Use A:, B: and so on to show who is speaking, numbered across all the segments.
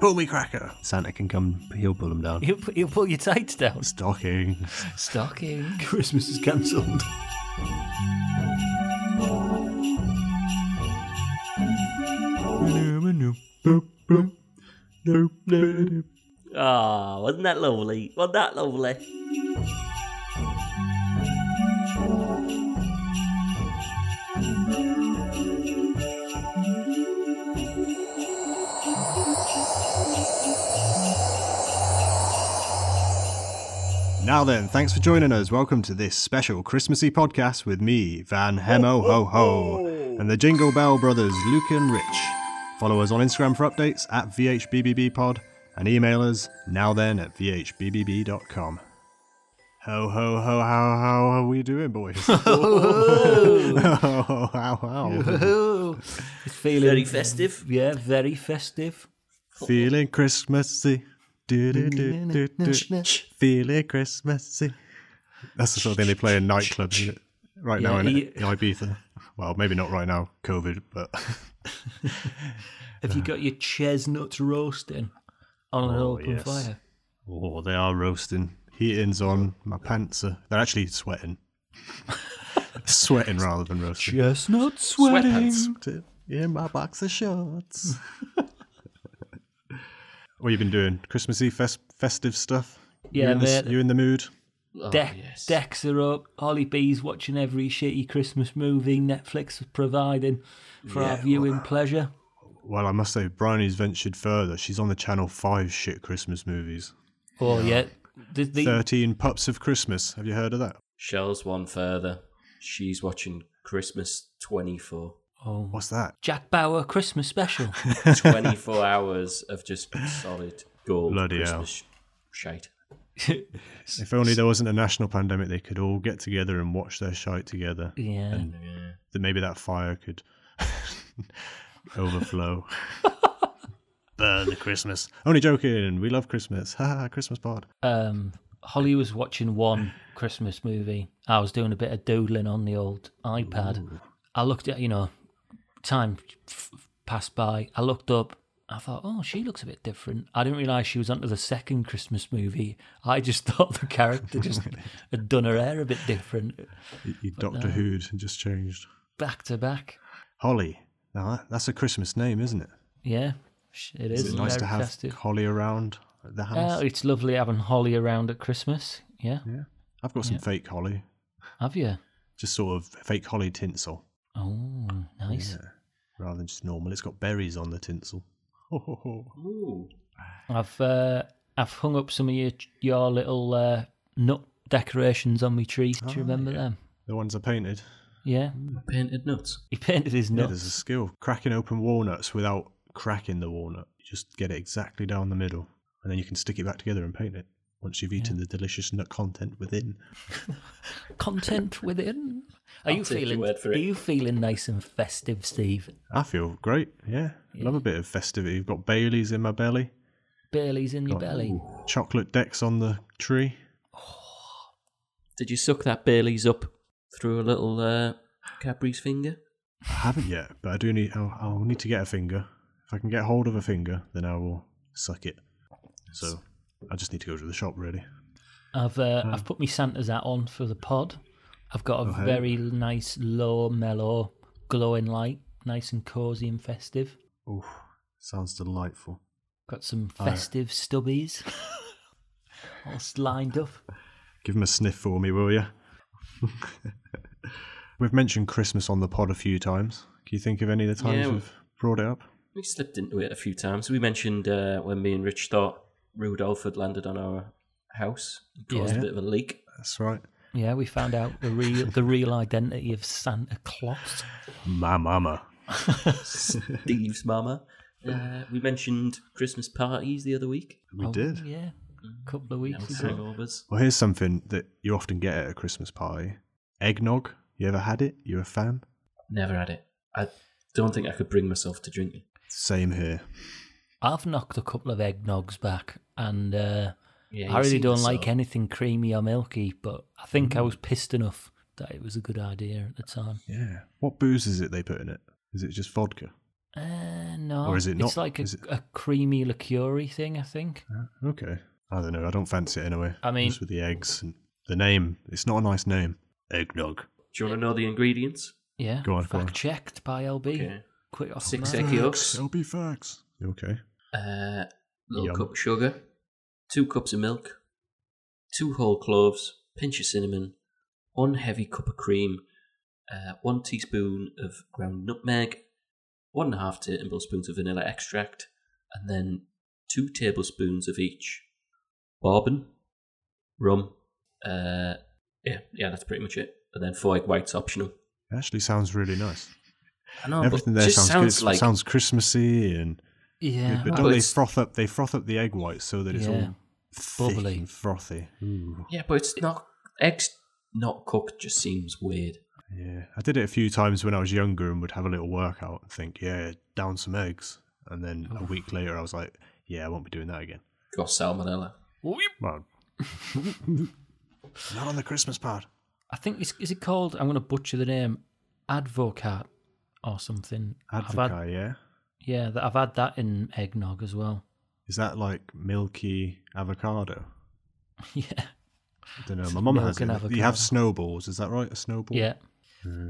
A: Pull me cracker.
B: Santa can come, he'll pull them down.
C: He'll, pu- he'll pull your tights down.
B: Stocking.
C: Stocking.
D: Christmas is cancelled.
E: Ah, wasn't that lovely? Wasn't that lovely?
B: Now then, thanks for joining us. Welcome to this special Christmassy podcast with me, Van Hemo Ho Ho, and the Jingle Bell brothers, Luke and Rich. Follow us on Instagram for updates at VHBBBpod and email us now then at VHBBB.com. Ho ho ho how how are we doing, boys? ho ho ho how how
C: Oh, it's feeling
E: Very festive.
C: Yeah, very festive.
B: feeling Christmassy. Do, do, do, do, do. Feeling Christmassy. That's the sort of thing they play in nightclubs isn't it? right now
C: Yeah,
B: in
C: he-
B: Ibiza. Well, maybe not right now, COVID, but
C: Have you got your chestnuts roasting on an
B: Oh,
C: open
B: yes.
C: fire?
B: oh, they are roasting. Heating's on. My pants are. They're actually sweating. sweating rather than roasting.
C: Chestnut
B: Pants in my boxer shorts. what you been doing? Christmassy fest- festive stuff.
C: Yeah,
B: you in, the,
C: mate.
B: you in the mood?
C: De-
E: yes.
C: Decks are up. Holly B's watching every shitty Christmas movie Netflix is providing for our viewing pleasure.
B: Well, I must say, Bryony's ventured further. She's on the Channel 5 shit Christmas movies.
C: Oh, yeah. The, the,
B: 13 Pups of Christmas. Have you heard of that?
E: Shell's one further. She's watching Christmas 24.
C: oh,
B: What's that?
C: Jack Bauer Christmas special.
E: 24 hours of just solid gold
B: Bloody hell.
E: Christmas sh- shite.
B: If only there wasn't a national pandemic, they could all get together and watch their shite together.
C: Yeah.
B: Then maybe that fire could overflow. Burn the Christmas. Only joking. We love Christmas. Ha ha, Christmas pod.
C: Um, Holly was watching one Christmas movie. I was doing a bit of doodling on the old iPad. I looked at, you know, time f- f- passed by. I looked up. I thought, oh, she looks a bit different. I didn't realise she was onto the second Christmas movie. I just thought the character just had done her hair a bit different,
B: You, you Doctor Who'd just changed.
C: back to back.
B: Holly. Now that, that's a Christmas name, isn't it?
C: Yeah, sh- it is.
B: Is it nice
C: very
B: to have
C: festive.
B: Holly around at the
C: Oh,
B: house?
C: it's lovely having Holly around at Christmas. Yeah,
B: I've got some fake Holly.
C: have you?
B: Just sort of fake Holly tinsel.
C: Oh, nice.
B: rather than just normal. It's got berries on the tinsel.
E: Ooh.
C: I've uh, I've hung up some of your your little uh, nut decorations on my tree. Do
B: Oh,
C: you remember them?
B: The ones I painted.
C: Yeah,
E: Painted nuts.
C: he painted his
B: Yeah,
C: nuts.
B: there's a skill. Cracking open walnuts without cracking the walnut. You just get it exactly down the middle, and then you can stick it back together and paint it once you've eaten the delicious nut content within.
C: Content within. Are you
E: I'll take your
C: feeling?
E: word for
C: Are
E: it.
C: you feeling nice and festive, Steve?
B: I feel great. Yeah, love a bit of festivity. You've got Bailey's in my belly.
C: Bailey's in
B: Oh.
C: your belly.
B: Chocolate decks on the tree.
E: Did you suck that Bailey's up through a little uh, Cadbury's finger?
B: I haven't yet, but I do need. I'll, I'll need to get a finger. If I can get hold of a finger, then I will suck it. So I just need to go to the shop really.
C: I've uh, I've put my Santa's hat on for the pod. I've got a
B: Oh, hey.
C: very nice, low, mellow, glowing light, nice and cosy and festive.
B: Oh, sounds delightful.
C: Got some
B: Oh,
C: festive stubbies, all lined up.
B: Give him a sniff for me, will you? We've mentioned Christmas on the pod a few times. Can you think of any of the times
E: Yeah.
B: we've brought it up?
E: We slipped into it a few times. We mentioned uh, when me and Rich thought Rudolph had landed on our house and caused
B: Yeah.
E: a bit of a leak.
B: That's right.
C: Yeah, we found out the real the real identity of Santa Claus.
B: My mama.
E: Steve's mama. Uh, we mentioned Christmas parties the other week.
B: We
C: Oh,
B: did.
C: Yeah, a couple of weeks ago.
E: Hangovers.
B: Well, here's something that you often get at a Christmas party eggnog. You ever had it? You a fan?
E: Never had it. I don't think I could bring myself to drink it.
B: Same here.
C: I've knocked a couple of eggnogs back, and uh,
E: Yeah,
C: I
E: you
C: really
E: seem
C: don't
E: to
C: like
E: sort of-
C: anything creamy or milky. But I think
B: Mm.
C: I was pissed enough that it was a good idea at the time.
B: Yeah. What booze is it they put in it? Is it just vodka?
C: Uh, no.
B: Or is it
C: It's
B: not?
C: like a,
B: Is it-
C: a creamy liqueur thing, I think.
B: Okay. I don't know. I don't fancy it anyway.
C: I mean-
B: just with the eggs and the name. It's not a nice name. Eggnog.
E: Do you want to know the ingredients?
C: Yeah.
B: Go on, go
C: Fact
B: on.
C: checked by LB.
E: Okay.
C: Quick off
E: Six
C: the mark.
E: egg yolks,
B: LB facts. Okay.
E: uh, little
B: Yum.
E: cup of sugar, two cups of milk, two whole cloves, pinch of cinnamon, one heavy cup of cream, uh, one teaspoon of ground nutmeg, one and a half tablespoons of vanilla extract, and then two tablespoons of each bourbon, rum. Uh, yeah, yeah, that's pretty much it. And then four egg whites optional.
B: Actually, sounds really nice.
E: I
C: Oh,
E: know, but
B: Everything there
E: just
B: sounds
E: sounds
B: good.
E: like
B: sounds Christmassy and
C: Yeah.
B: but
E: well,
B: don't they
E: it's-
B: froth up? They froth up the egg whites so that it's
C: Yeah.
B: all thick
C: Bubbly.
B: and frothy. Ooh.
E: Yeah, but it's not eggs not cooked just seems weird.
B: Yeah, I did it a few times when I was younger and would have a little workout and think, yeah, down some eggs. And then
C: Oh.
B: a week later, I was like, yeah, I won't be doing that again.
E: Got salmonella.
C: Whoop.
B: Well, not on the Christmas pod.
C: I think it's, is it called? I'm going to butcher the name, Advocat or something. I've had-
B: Advocate, yeah?
C: yeah, that I've had that in eggnog as well.
B: Is that like milky avocado?
C: yeah,
B: I don't know. My mum
C: milk
B: has
C: and
B: it. You
C: avocado.
B: have snowballs, is that right? A snowball?
C: yeah.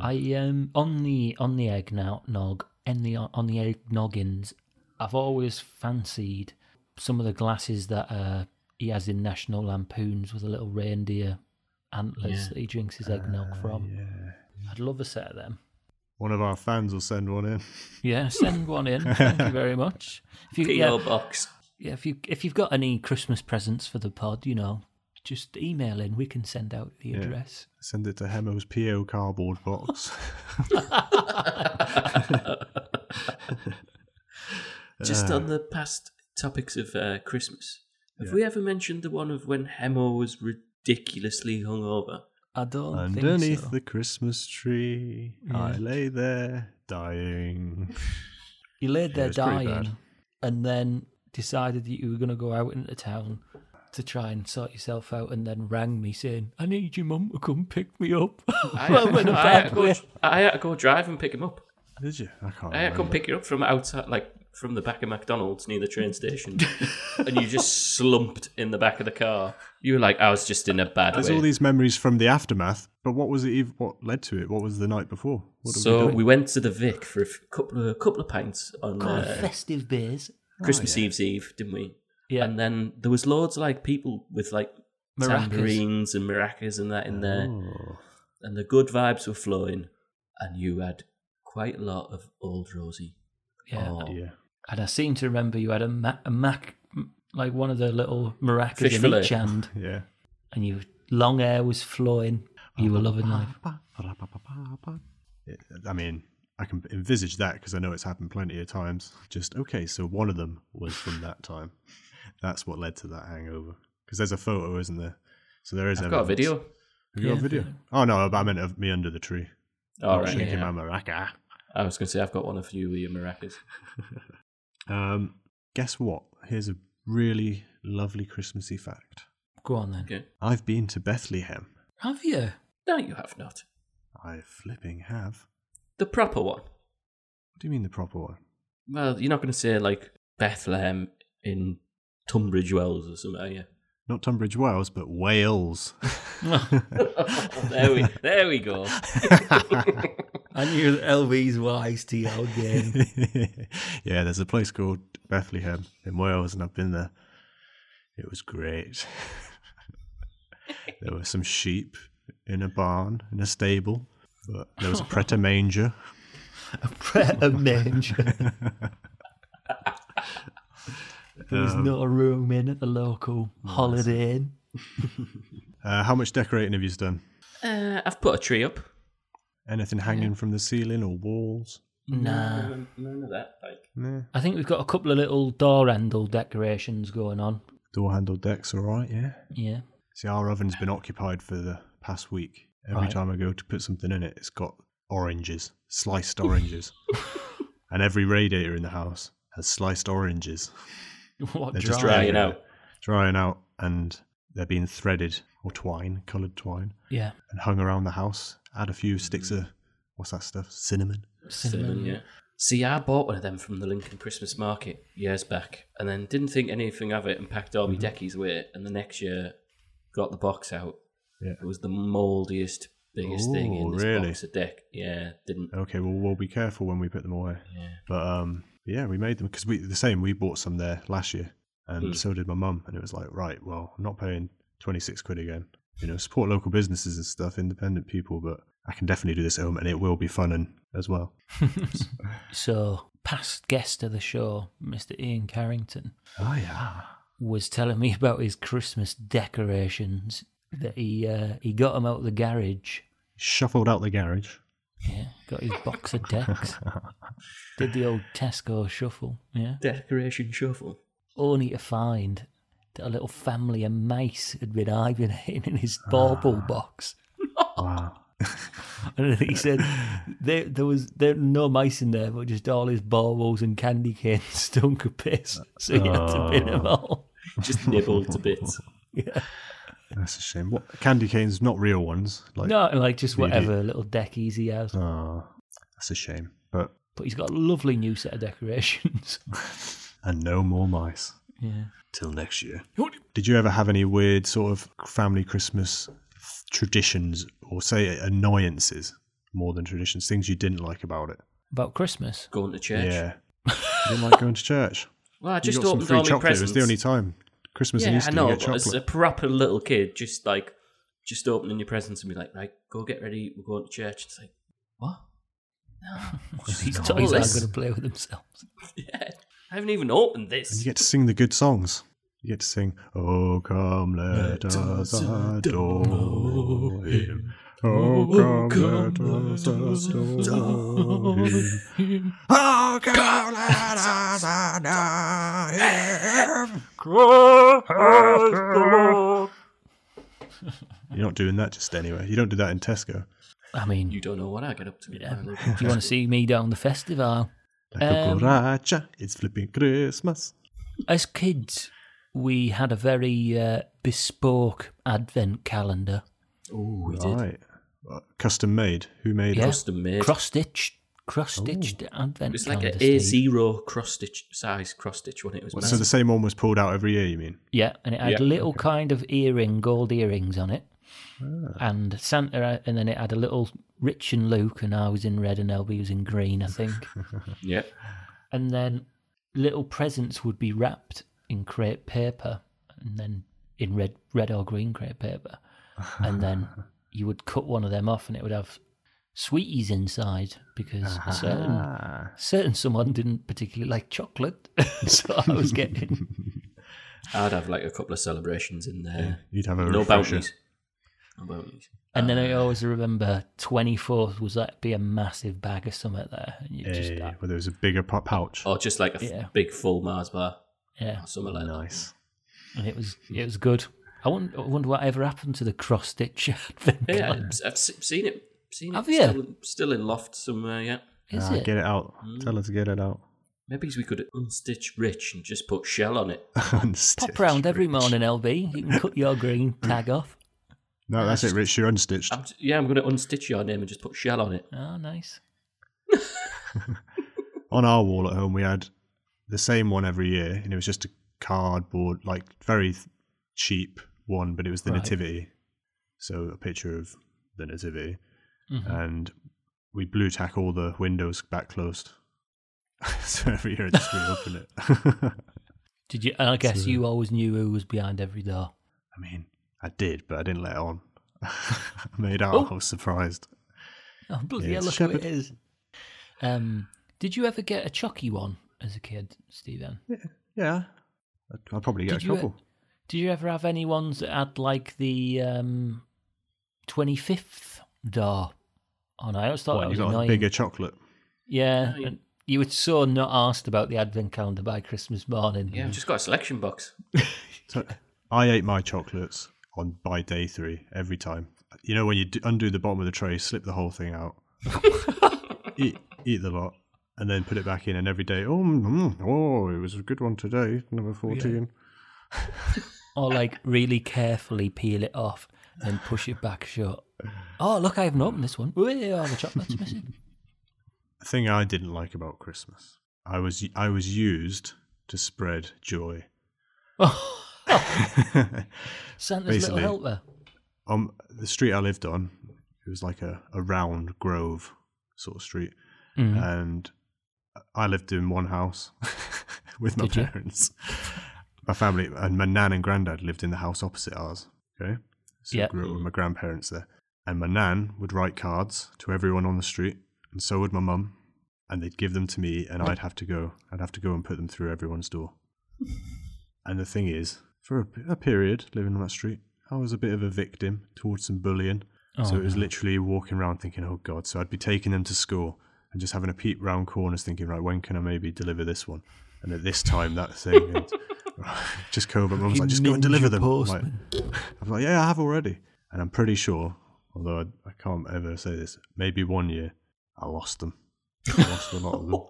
C: I um on the on the egg now nog and the on the egg noggins. I've always fancied some of the glasses that uh, he has in National Lampoons with the little reindeer antlers
E: Yeah.
C: that he drinks his eggnog from.
B: Yeah.
C: I'd love a set of them.
B: One of our fans will send one in.
C: Yeah, send one in. Thank you very much. If you,
E: PO
C: yeah,
E: box.
C: Yeah, if you if you've got any Christmas presents for the pod, you know, just email in. We can send out the address.
B: Send it to Hemo's PO cardboard box.
E: Just on the past topics of uh, Christmas, have we ever mentioned the one of when Hemo was ridiculously hungover?
C: I don't
B: Underneath
C: think so.
B: the Christmas tree, I lay there dying.
C: He laid
B: Yeah,
C: there
B: it's pretty bad.
C: dying, and then decided that you were going to go out into town to try and sort yourself out, and then rang me saying, "I need your mum to come pick me up."
E: I,
C: Well, in a
E: I
C: bad
E: had to go,
C: way.
E: I had to go drive and pick him up.
B: Did you? I can't.
E: I had to come
B: remember.
E: pick you up from outside, like from the back of McDonald's near the train station, and you just slumped in the back of the car. You were like, I was just in a bad
B: There's
E: way.
B: all these memories from the aftermath, but what was it? ev- What led to it? What was the night before? What did
E: so
B: we, do?
E: we went to the Vic for a f- couple of couple of pints on
C: Come on,
E: uh,
C: festive beers.
E: Christmas Eve's Eve, didn't we?
C: Yeah,
E: And then there was loads of, like people with like
C: Maracas.
E: tambourines and maracas and that in there,
B: Oh.
E: and the good vibes were flowing, and you had quite a lot of old Rosie.
C: yeah.
E: Oh,
B: Yeah.
C: And I seem to remember you had a, ma- a mac, like one of the little maracas
E: Fish
C: in
E: fillet.
C: each hand.
B: Yeah.
C: and your long hair was flowing. You were loving life.
B: It- I mean, I can envisage that because I know it's happened plenty of times. Just okay, so one of them was from that time. That's what led to that hangover. Because there's a photo, isn't there? So there is
E: I've got a
B: evidence.
E: video.
B: Have you got a video? Oh no, but I meant of me under the tree.
E: All
B: Not
E: Oh, right.
B: shaking
E: yeah.
B: my Ah, maraca.
E: I was going to say I've got one of you with your maracas.
B: Um, guess what? Here's a really lovely Christmassy fact.
C: Go on then.
E: Okay.
B: I've been to Bethlehem.
C: Have you?
E: No, you have not.
B: I flipping have.
E: The proper one.
B: What do you mean the proper one?
E: Well, you're not going to say like Bethlehem in Tunbridge Wells or something, are you?
B: Not Tunbridge Wells, but Wales.
E: there we, there we go.
C: I knew LV's wise to your game.
B: yeah, there's a place called Bethlehem in Wales, and I've been there. It was great. there were some sheep in a barn, in a stable, but there was a preter manger.
C: a manger. there
B: Um,
C: was not a room in at the local Holiday Inn.
B: Uh, how much decorating have you done?
E: Uh, I've put a tree up.
B: Anything hanging from the ceiling or walls?
C: Nah.
E: None, none of that. Like,
B: Nah.
C: I think we've got a couple of little door handle decorations going on.
B: Door handle decks, all right, yeah.
C: Yeah.
B: See, our oven's been occupied for the past week. Every
C: Right.
B: time I go to put something in it, it's got oranges, sliced oranges. and every radiator in the house has sliced oranges
C: What
B: They're just
E: drying
B: Drying
E: out.
B: drying out and they're being threaded or twine, coloured twine,
C: Yeah.
B: and hung around the house. Add a few sticks of, what's that stuff? Cinnamon.
C: Cinnamon.
E: Cinnamon, yeah. See, I bought one of them from the Lincoln Christmas market years back and then didn't think anything of it and packed all my
B: Mm-hmm.
E: deckies away. And the next year, got the box out.
B: Yeah.
E: It was the mouldiest, biggest thing in
B: Ooh,
E: this
B: really? Oh.
E: box of deck. Yeah, didn't.
B: Okay, well, we'll be careful when we put them away.
E: Yeah.
B: But um, yeah, we made them because we the same. We bought some there last year, and
E: Hmm.
B: so did my mum. And it was like, right, well, I'm not paying twenty six quid again. You know, support local businesses and stuff, independent people. But I can definitely do this at home, and it will be fun and as well.
C: So, past guest of the show, Mr. Ian Carrington,
B: Oh yeah,
C: was telling me about his Christmas decorations that he uh, he got them out of the garage.
B: shuffled out the garage.
C: Yeah, got his box of decks. Did the old Tesco shuffle. Yeah,
E: Decoration shuffle.
C: only to find that a little family of mice had been hibernating in his bauble box.
B: Wow.
C: And he said there, there was there were no mice in there, but just all his baubles and candy canes stunk of piss. So he had to bin them all.
E: Just nibbled to bits.
C: Yeah.
B: That's a shame. What candy canes? Not real ones. Like,
C: No, like just
B: really?
C: whatever little deckies he has.
B: Aw, that's a shame. But
C: But he's got a lovely new set of decorations.
B: and no more mice
C: yeah.
B: till next year. Did you ever have any weird sort of family Christmas traditions or say annoyances more than traditions? Things you didn't like about it?
C: About Christmas.
E: Going to church.
B: Yeah. you didn't like going to church.
E: Well, I just
B: you got some
E: opened
B: free
E: all my
B: chocolate. It was
E: presents.
B: the only time. Christmas and
E: yeah,
B: Easter,
E: I know,
B: you get
E: but as
B: chocolate.
E: a proper little kid, just like, just opening your presents and be like, right, go get ready, we're going to church. It's like, what? No. What's
C: These
E: all
C: toys aren't
E: this?
C: going to play with themselves.
E: Yeah. I haven't even opened
B: And you
E: this.
B: get to sing the good songs. You get to sing, Oh, come, let us adore him. Oh, come, let us adore him. Oh, come, let us adore him.
E: Oh.
B: You're not doing that just anywhere. You don't do that in Tesco.
C: I mean,
E: You don't know what I get up to.
C: yeah.
E: apparently.
C: do you want to see me down the festival?
B: Like a
C: Um,
B: borracha, it's flipping Christmas.
C: As kids, we had a very uh, bespoke advent calendar,
E: Oh, we did.
B: Right. Uh, Custom made. Who made
C: Yeah.
B: it?
E: Custom made.
C: cross stitched, cross stitched advent
E: It's like
C: calendar.
E: an A
C: Steve.
E: zero cross stitch size cross stitch when it was
B: So
E: massive.
B: the same one was pulled out every year, you mean?
C: Yeah, and it had
E: Yeah.
C: little kind of earring, gold earrings on it,
E: Ah.
C: and Santa, and then it had a little Rich and Luke, and I was in red, and Elby was in green, I think.
E: yeah,
C: and then little presents would be wrapped in crepe paper, and then in red, red or green crepe paper, and then you would cut one of them off, and it would have sweeties inside because a certain
B: Ah.
C: certain someone didn't particularly like chocolate, so I was getting
E: I'd have like a couple of celebrations in there.
B: You'd have a
E: No
B: refresher.
E: bounties. No bounties.
C: And then I always remember twenty fourth was like be a massive bag of something there, and you just Oh,
B: Eh, well, there was a bigger pu- pouch.
E: Or just like a f-
C: Yeah.
E: big full Mars bar
C: yeah,
E: or something like that.
B: nice.
C: and it was it was good. I wonder, I wonder what ever happened to the cross stitch advent
E: Yeah,
C: calendar.
E: I've, I've s- seen it. Seen it.
C: Have you?
E: Still, still in loft somewhere, yeah.
C: Is
B: Ah,
C: it?
B: Get it out.
C: Hmm.
B: Tell her to get it out.
E: Maybe we could unstitch Rich and just put shell on it.
C: Pop round every morning, LB. You can cut your green tag off.
B: No, that's it, Rich. You're unstitched.
E: I'm t- yeah, I'm going to unstitch your name and just put shell on it.
C: Ah, nice.
B: On our wall at home, we had the same one every year, and it was just a cardboard, like very th- cheap one, but it was the
C: Right.
B: Nativity. So a picture of the Nativity.
C: Mm-hmm.
B: And we blue tack all the windows back closed. so every year I just reopen it. I
C: Did you? And I guess you always knew who was behind every door.
B: mean, I did, but I didn't let it on. I made out I was surprised.
C: Oh, bloody
B: Yes,
C: hell, look who it
B: Shepherd.
C: is. Um, did you ever get a chucky one as a kid, Stephen?
B: Yeah. I'd- I'll probably get
C: Did
B: a
C: you, uh,
B: couple.
C: Did you ever have any ones that had like the um, 25th door? Oh, no, I always thought
B: What,
C: that
B: you
C: was
B: got
C: annoying.
B: a bigger chocolate.
C: Yeah.
E: Yeah.
C: and You were so not asked about the advent calendar by Christmas morning.
E: Yeah, I've just got a selection box.
B: So I ate my chocolates on by day three every time. You know when you d- undo the bottom of the tray, slip the whole thing out, eat eat the lot, and then put it back in. And every day, oh, mm, mm, oh, it was a good one today, number fourteen.
C: Or like really carefully peel it off and push it back shut. Oh, look, I haven't opened this one. Whee, all the chocolate's missing.
B: thing I didn't like about Christmas. I was I was used to spread joy.
C: Santa's
B: Basically.
C: little helper.
B: um, the street I lived on, it was like a, a round grove sort of street,
C: Mhm.
B: and I lived in one house with my
C: Did you?
B: parents. My family and my nan and granddad lived in the house opposite ours. Okay, so
C: Yeah.
B: I grew up with my grandparents there, and my nan would write cards to everyone on the street, and so would my mum, and they'd give them to me, and I'd have to go, I'd have to go and put them through everyone's door. And the thing is, for a, a period living on that street, I was a bit of a victim towards some bullying. so
C: Oh,
B: it was literally walking around thinking, oh God. So I'd be taking them to school and just having a peep round corners thinking, right, when can I maybe deliver this one? And at this time, that thing. And just Cobra Mum's like, just go and deliver them. I'm like, I'm like, yeah, I have already. And I'm pretty sure, although I, I can't ever say this, maybe one year I lost them. I lost a lot of them.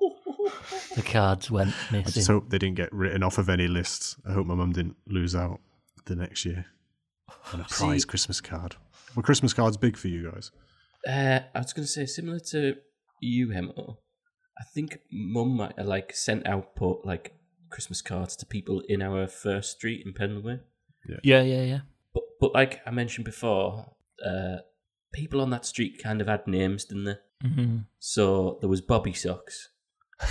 C: The cards went
B: I
C: missing.
B: just hope they didn't get written off of any lists. I hope my mum didn't lose out the next year on a prize Christmas card. Well, Christmas card's big for you guys.
E: Uh, I was going to say similar to you, Hemo. I think Mum might have, like sent out put like Christmas cards to people in our first street in Pendlebury.
C: yeah, yeah, yeah.
E: But but like I mentioned before, uh, people on that street kind of had names, didn't they?
C: Mhm.
E: So there was Bobby Socks.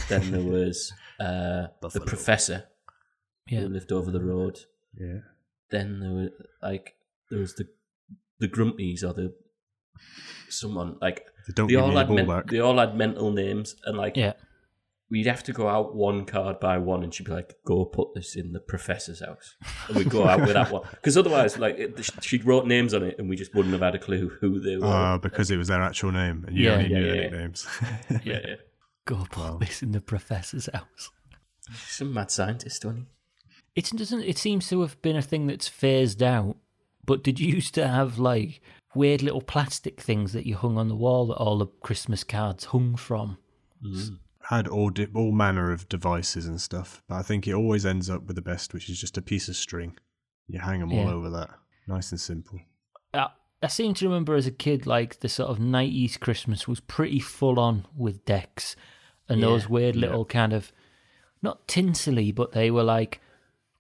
E: Then there was uh, the
B: Buffalo.
E: Professor
C: Yeah.
E: who lived over the road.
B: Yeah.
E: Then there were like there was the the Grumpies or the someone like
B: They don't
E: they
B: give
E: all
B: me the
E: had
B: ball
E: men-
B: back.
E: they all had mental names and like
C: Yeah.
E: we'd have to go out one card by one and she'd be like go put this in the professor's house and we'd go out with that one because otherwise like it, she'd wrote names on it and we just wouldn't have had a clue who they were
B: Ah, because it was their actual name and you
C: Yeah,
B: only
E: yeah,
B: knew their
E: yeah.
B: nicknames.
E: yeah, yeah.
C: Go put
B: Wow.
C: this in the professor's house.
E: some mad scientist wasn't he
C: It doesn't. It seems to have been a thing that's phased out. But did you used to have like weird little plastic things that you hung on the wall that all the Christmas cards hung from?
B: Had all, di- all manner of devices and stuff, but I think it always ends up with the best, which is just a piece of string. You hang them all
C: Yeah.
B: over that. Nice and simple.
C: I, I seem to remember as a kid, like the sort of nineties Christmas was pretty full on with decks and
E: Yeah.
C: those weird little kind of not tinsely, but they were like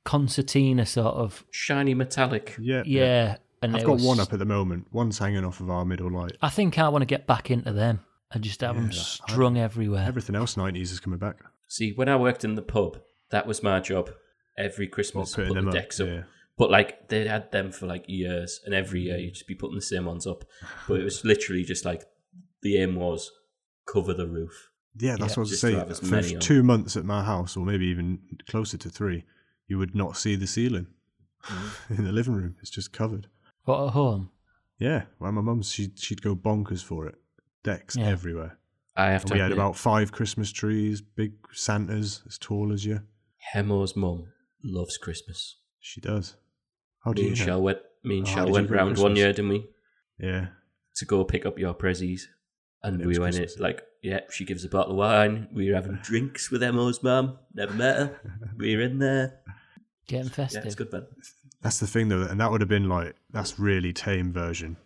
C: concertina sort of
E: shiny metallic
B: Yeah.
C: yeah. and
B: I've
C: they
B: got
C: were
B: one
C: s-
B: up at the moment. One's hanging off of our middle light.
C: I think I want to get back into them and just have them
B: Yeah, I-
C: strung
E: Uh,
C: everywhere.
B: Everything else 90s is coming back.
E: see when i worked in the pub that was my job every christmas
B: putting
E: put
B: them
E: the
B: up,
E: decks up
B: yeah.
E: But like they had them for like years, and every year you'd just be putting the same ones up. But it was literally just like the aim was cover the roof.
B: Yeah, that's
C: Yeah,
B: what I was
E: just to
B: saying.
E: have as
B: For
E: many on.
B: two months at my house, or maybe even closer to three, you would not see the ceiling
E: Mm.
B: in the living room. It's just covered.
C: What at home?
B: Yeah, well, my mum's she'd she'd go bonkers for it. Decks
C: Yeah.
B: everywhere.
E: I have to
B: we had
E: admit,
B: about five Christmas trees, big Santas as tall as you.
E: Hemo's mum loves Christmas.
B: She does. How do
E: Me
B: you
E: and
B: know?
E: Shell went. Me and
B: Oh, how
E: Shell
B: did you
E: went
B: go
E: round one
B: Christmas?
E: year, didn't we,
B: Yeah,
E: to go pick up your prezzies? And
B: And it
E: we
B: was
E: went
B: Christmas.
E: in like, yeah, she gives a bottle of wine. We were having drinks with Hemo's mum. Never met her. We were in there.
C: Getting
E: Yeah,
C: festive.
E: it's good, man.
B: that's the thing though, and that would have been like that's really tame version.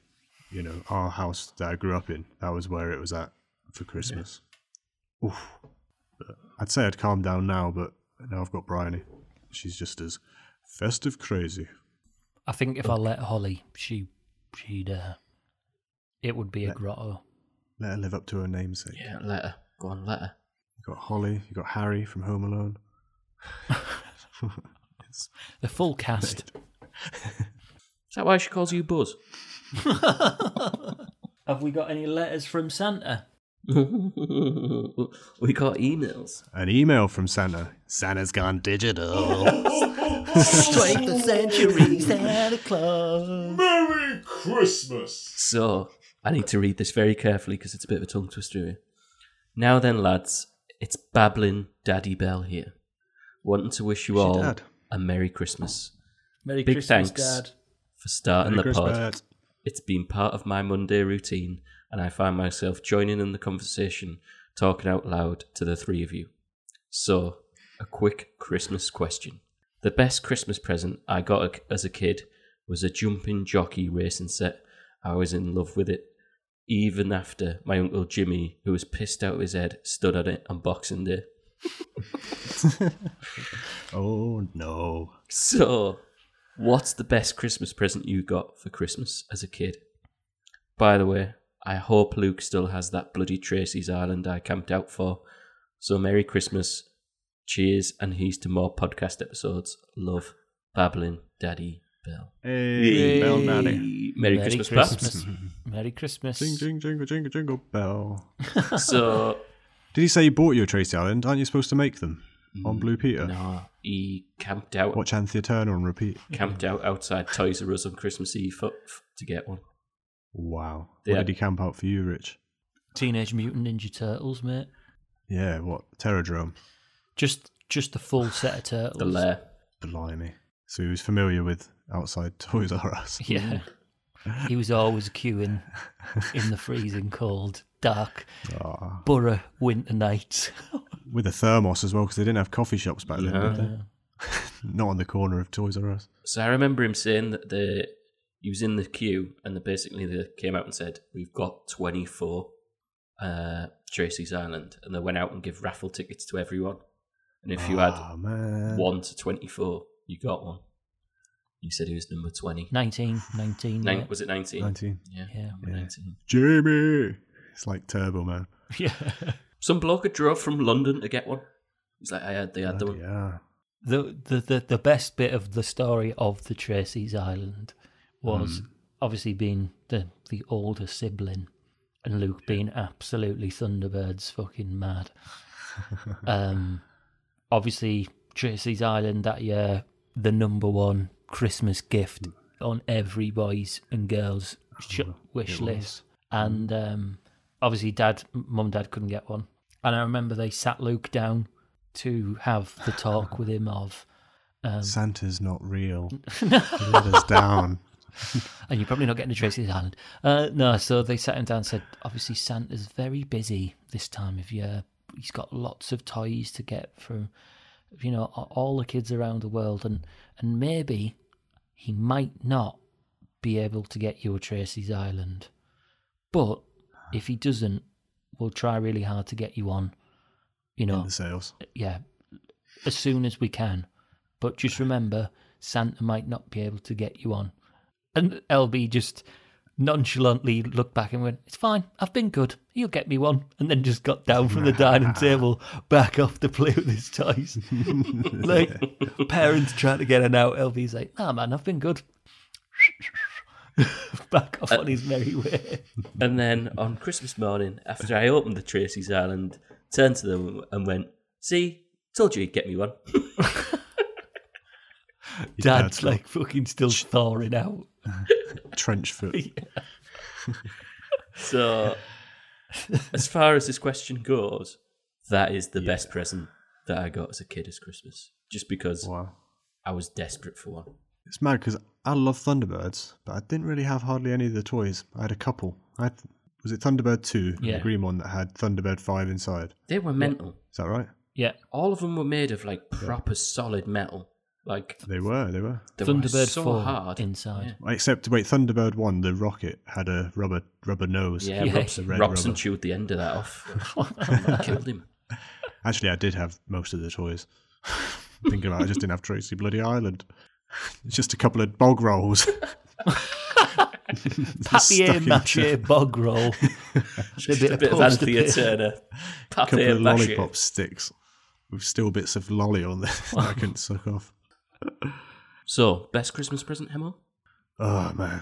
B: You know, our house that I grew up in, that was where it was at for Christmas. Oof. But I'd say I'd calm down now, but now I've got Bryony. She's just as festive crazy.
C: I think if I let Holly, she she'd uh, it would be a grotto.
B: Let her live up to her namesake.
E: Yeah, let her go on, let her.
B: You've got Holly, you've got Harry from Home Alone. It's-
C: The full cast.
E: Is that why she calls you Buzz?
C: Have we got any letters from Santa?
E: we got emails.
B: An email from Santa. Santa's gone digital.
C: Strike the century, Santa Claus.
A: Merry Christmas!
E: So I need to read this very carefully because it's a bit of a tongue twister here. Now then, lads, it's babbling Daddy Bell here, wanting to wish you
B: your
E: all
B: dad?
E: a Merry Christmas
C: Merry
E: Big
C: Christmas,
E: thanks.
C: Dad.
E: for starting
B: Merry
E: the pod.
B: Christmas.
E: It's been part of my Monday routine, and I find myself joining in the conversation, talking out loud to the three of you. So, a quick Christmas question. The best Christmas present I got a- as a kid was a jumping jockey racing set. I was in love with it, even after my uncle Jimmy, who was pissed out of his head, stood on it on Boxing Day.
B: Oh no.
E: So, what's the best Christmas present you got for Christmas as a kid? By the way, I hope Luke still has that bloody Tracy's Island I camped out for. So, Merry Christmas. Cheers, and here's to more podcast episodes. Love, Babbling Daddy Bell.
B: Hey, bell daddy.
E: Merry, Christmas, Christmas.
C: Merry Christmas.
B: Jing, jing, jingle, jingle, jingle bell.
E: So,
B: Did he say you bought your Tracy Island? Aren't you supposed to make them on Blue Peter?
E: Mm, no, he camped out
B: Watch Anthea Turner on repeat.
E: camped out outside Toys R Us on Christmas Eve f- f- to get one.
B: Wow.
E: Yeah.
B: What did he camp out for you, Rich?
C: Teenage Mutant Ninja Turtles, mate.
B: Yeah, what? Terradrome.
C: Just just the full set of turtles.
E: The lair.
B: Blimey. So he was familiar with outside Toys R Us.
C: Yeah. He was always queuing in the freezing cold, dark,
B: Ah,
C: borough winter nights.
B: with a thermos as well, because they didn't have coffee shops back then, did
E: Yeah.
C: Uh,
B: they? Not on the corner of Toys R Us.
E: So I remember him saying that the he was in the queue and they basically they came out and said we've got 24 uh, Tracy's Island and they went out and give raffle tickets to everyone and if you
B: Ah,
E: had
B: man.
E: one to 24 you got one. He said he was number 20.
C: 19, 19.
E: Nine,
C: yeah.
E: was it 19?
B: 19.
E: Yeah,
C: Yeah.
E: number
B: Yeah.
E: 19.
B: Jamie! It's like Turbo Man.
C: Yeah.
E: Some bloke had drove from London to get one. He's like, I had, they had the one.
B: Yeah.
C: the, the, the, the best bit of the story of the Tracy's Island was obviously being the, the older sibling and Luke being absolutely Thunderbirds fucking mad. um, obviously, Tracy's Island that year, the number one Christmas gift on every boy's and girl's sh- wish list. And um, obviously, dad, mum, dad couldn't get one. And I remember they sat Luke down to have the talk with him of,
B: Santa's not real. Let us down.
C: and you're probably not getting to Tracy's Island. Uh, no, so they sat him down and said, obviously Santa's very busy this time of year. He's got lots of toys to get from, you know, a- all the kids around the world, and and maybe he might not be able to get you a Tracy's Island, but if he doesn't, we'll try really hard to get you one. You know,
B: The sales.
C: yeah, as soon as we can. But just remember, Santa might not be able to get you on. And LB just nonchalantly looked back and went, It's fine, I've been good, he'll get me one. And then just got down from the dining table, back off to play with his toys. like, parents trying to get him out. LB's like, Nah, man, I've been good. back off on his merry way.
E: And then on Christmas morning, after I opened the Tracy's Island, turned to them and went, "See, told you he'd get me one."
C: Dad's like fucking still thawing out.
B: Trench foot.
E: So, as far as this question goes, that is the best present that I got as a kid as Christmas, just because
B: Wow.
E: I was desperate for one.
B: It's mad because I love Thunderbirds, but I didn't really have hardly any of the toys. I had a couple. I had, was it Thunderbird 2?
C: Yeah.
B: The green one that had Thunderbird 5 inside.
E: They were mental.
B: Is that right?
C: Yeah.
E: All of them were made of like proper solid metal. Like
B: They were, they were.
E: they were
C: Thunderbird
E: so
C: 4
E: hard
C: inside.
B: Except, wait, Thunderbird 1, the rocket, had a rubber rubber nose.
E: Yeah,
C: Yeah.
E: Robson,
B: Red
E: Robson
B: rubber.
E: chewed the end of that off. killed him.
B: Actually, I did have most of the toys. Thinking about it, I just didn't have Tracy Bloody Island. It's just a couple of bog rolls. Stuck
C: papier
B: in
C: mâché
B: a
C: bog roll. a bit
E: a bit of
C: poster
E: Anthea
C: paper.
E: Turner.
B: couple
E: Papier
B: of
E: mâché.
B: lollipop sticks with still bits of lolly on there that I couldn't suck off.
E: So, best Christmas present, Hemo?
B: Oh man,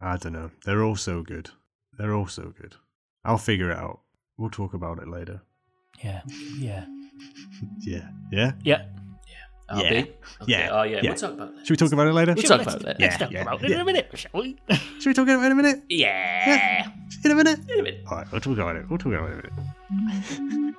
B: I don't know. They're all so good. They're all so good. I'll figure it out. We'll talk about it later.
C: Yeah, yeah,
B: Yeah, yeah.
C: yeah.
E: RB?
B: Yeah.
E: Okay.
B: Yeah.
E: Oh, yeah.
B: Yeah.
E: We'll talk about that.
B: Should we talk about it later?
E: We'll
C: Sure,
E: talk about that.
C: Let's
B: Yeah,
C: talk
B: yeah,
C: about it in
B: yeah.
C: a minute, shall we?
B: Should we talk about it in a minute?
E: Yeah.
B: In a minute.
E: Wait a minute.
B: All right, we'll talk about it. We'll talk about it in a minute.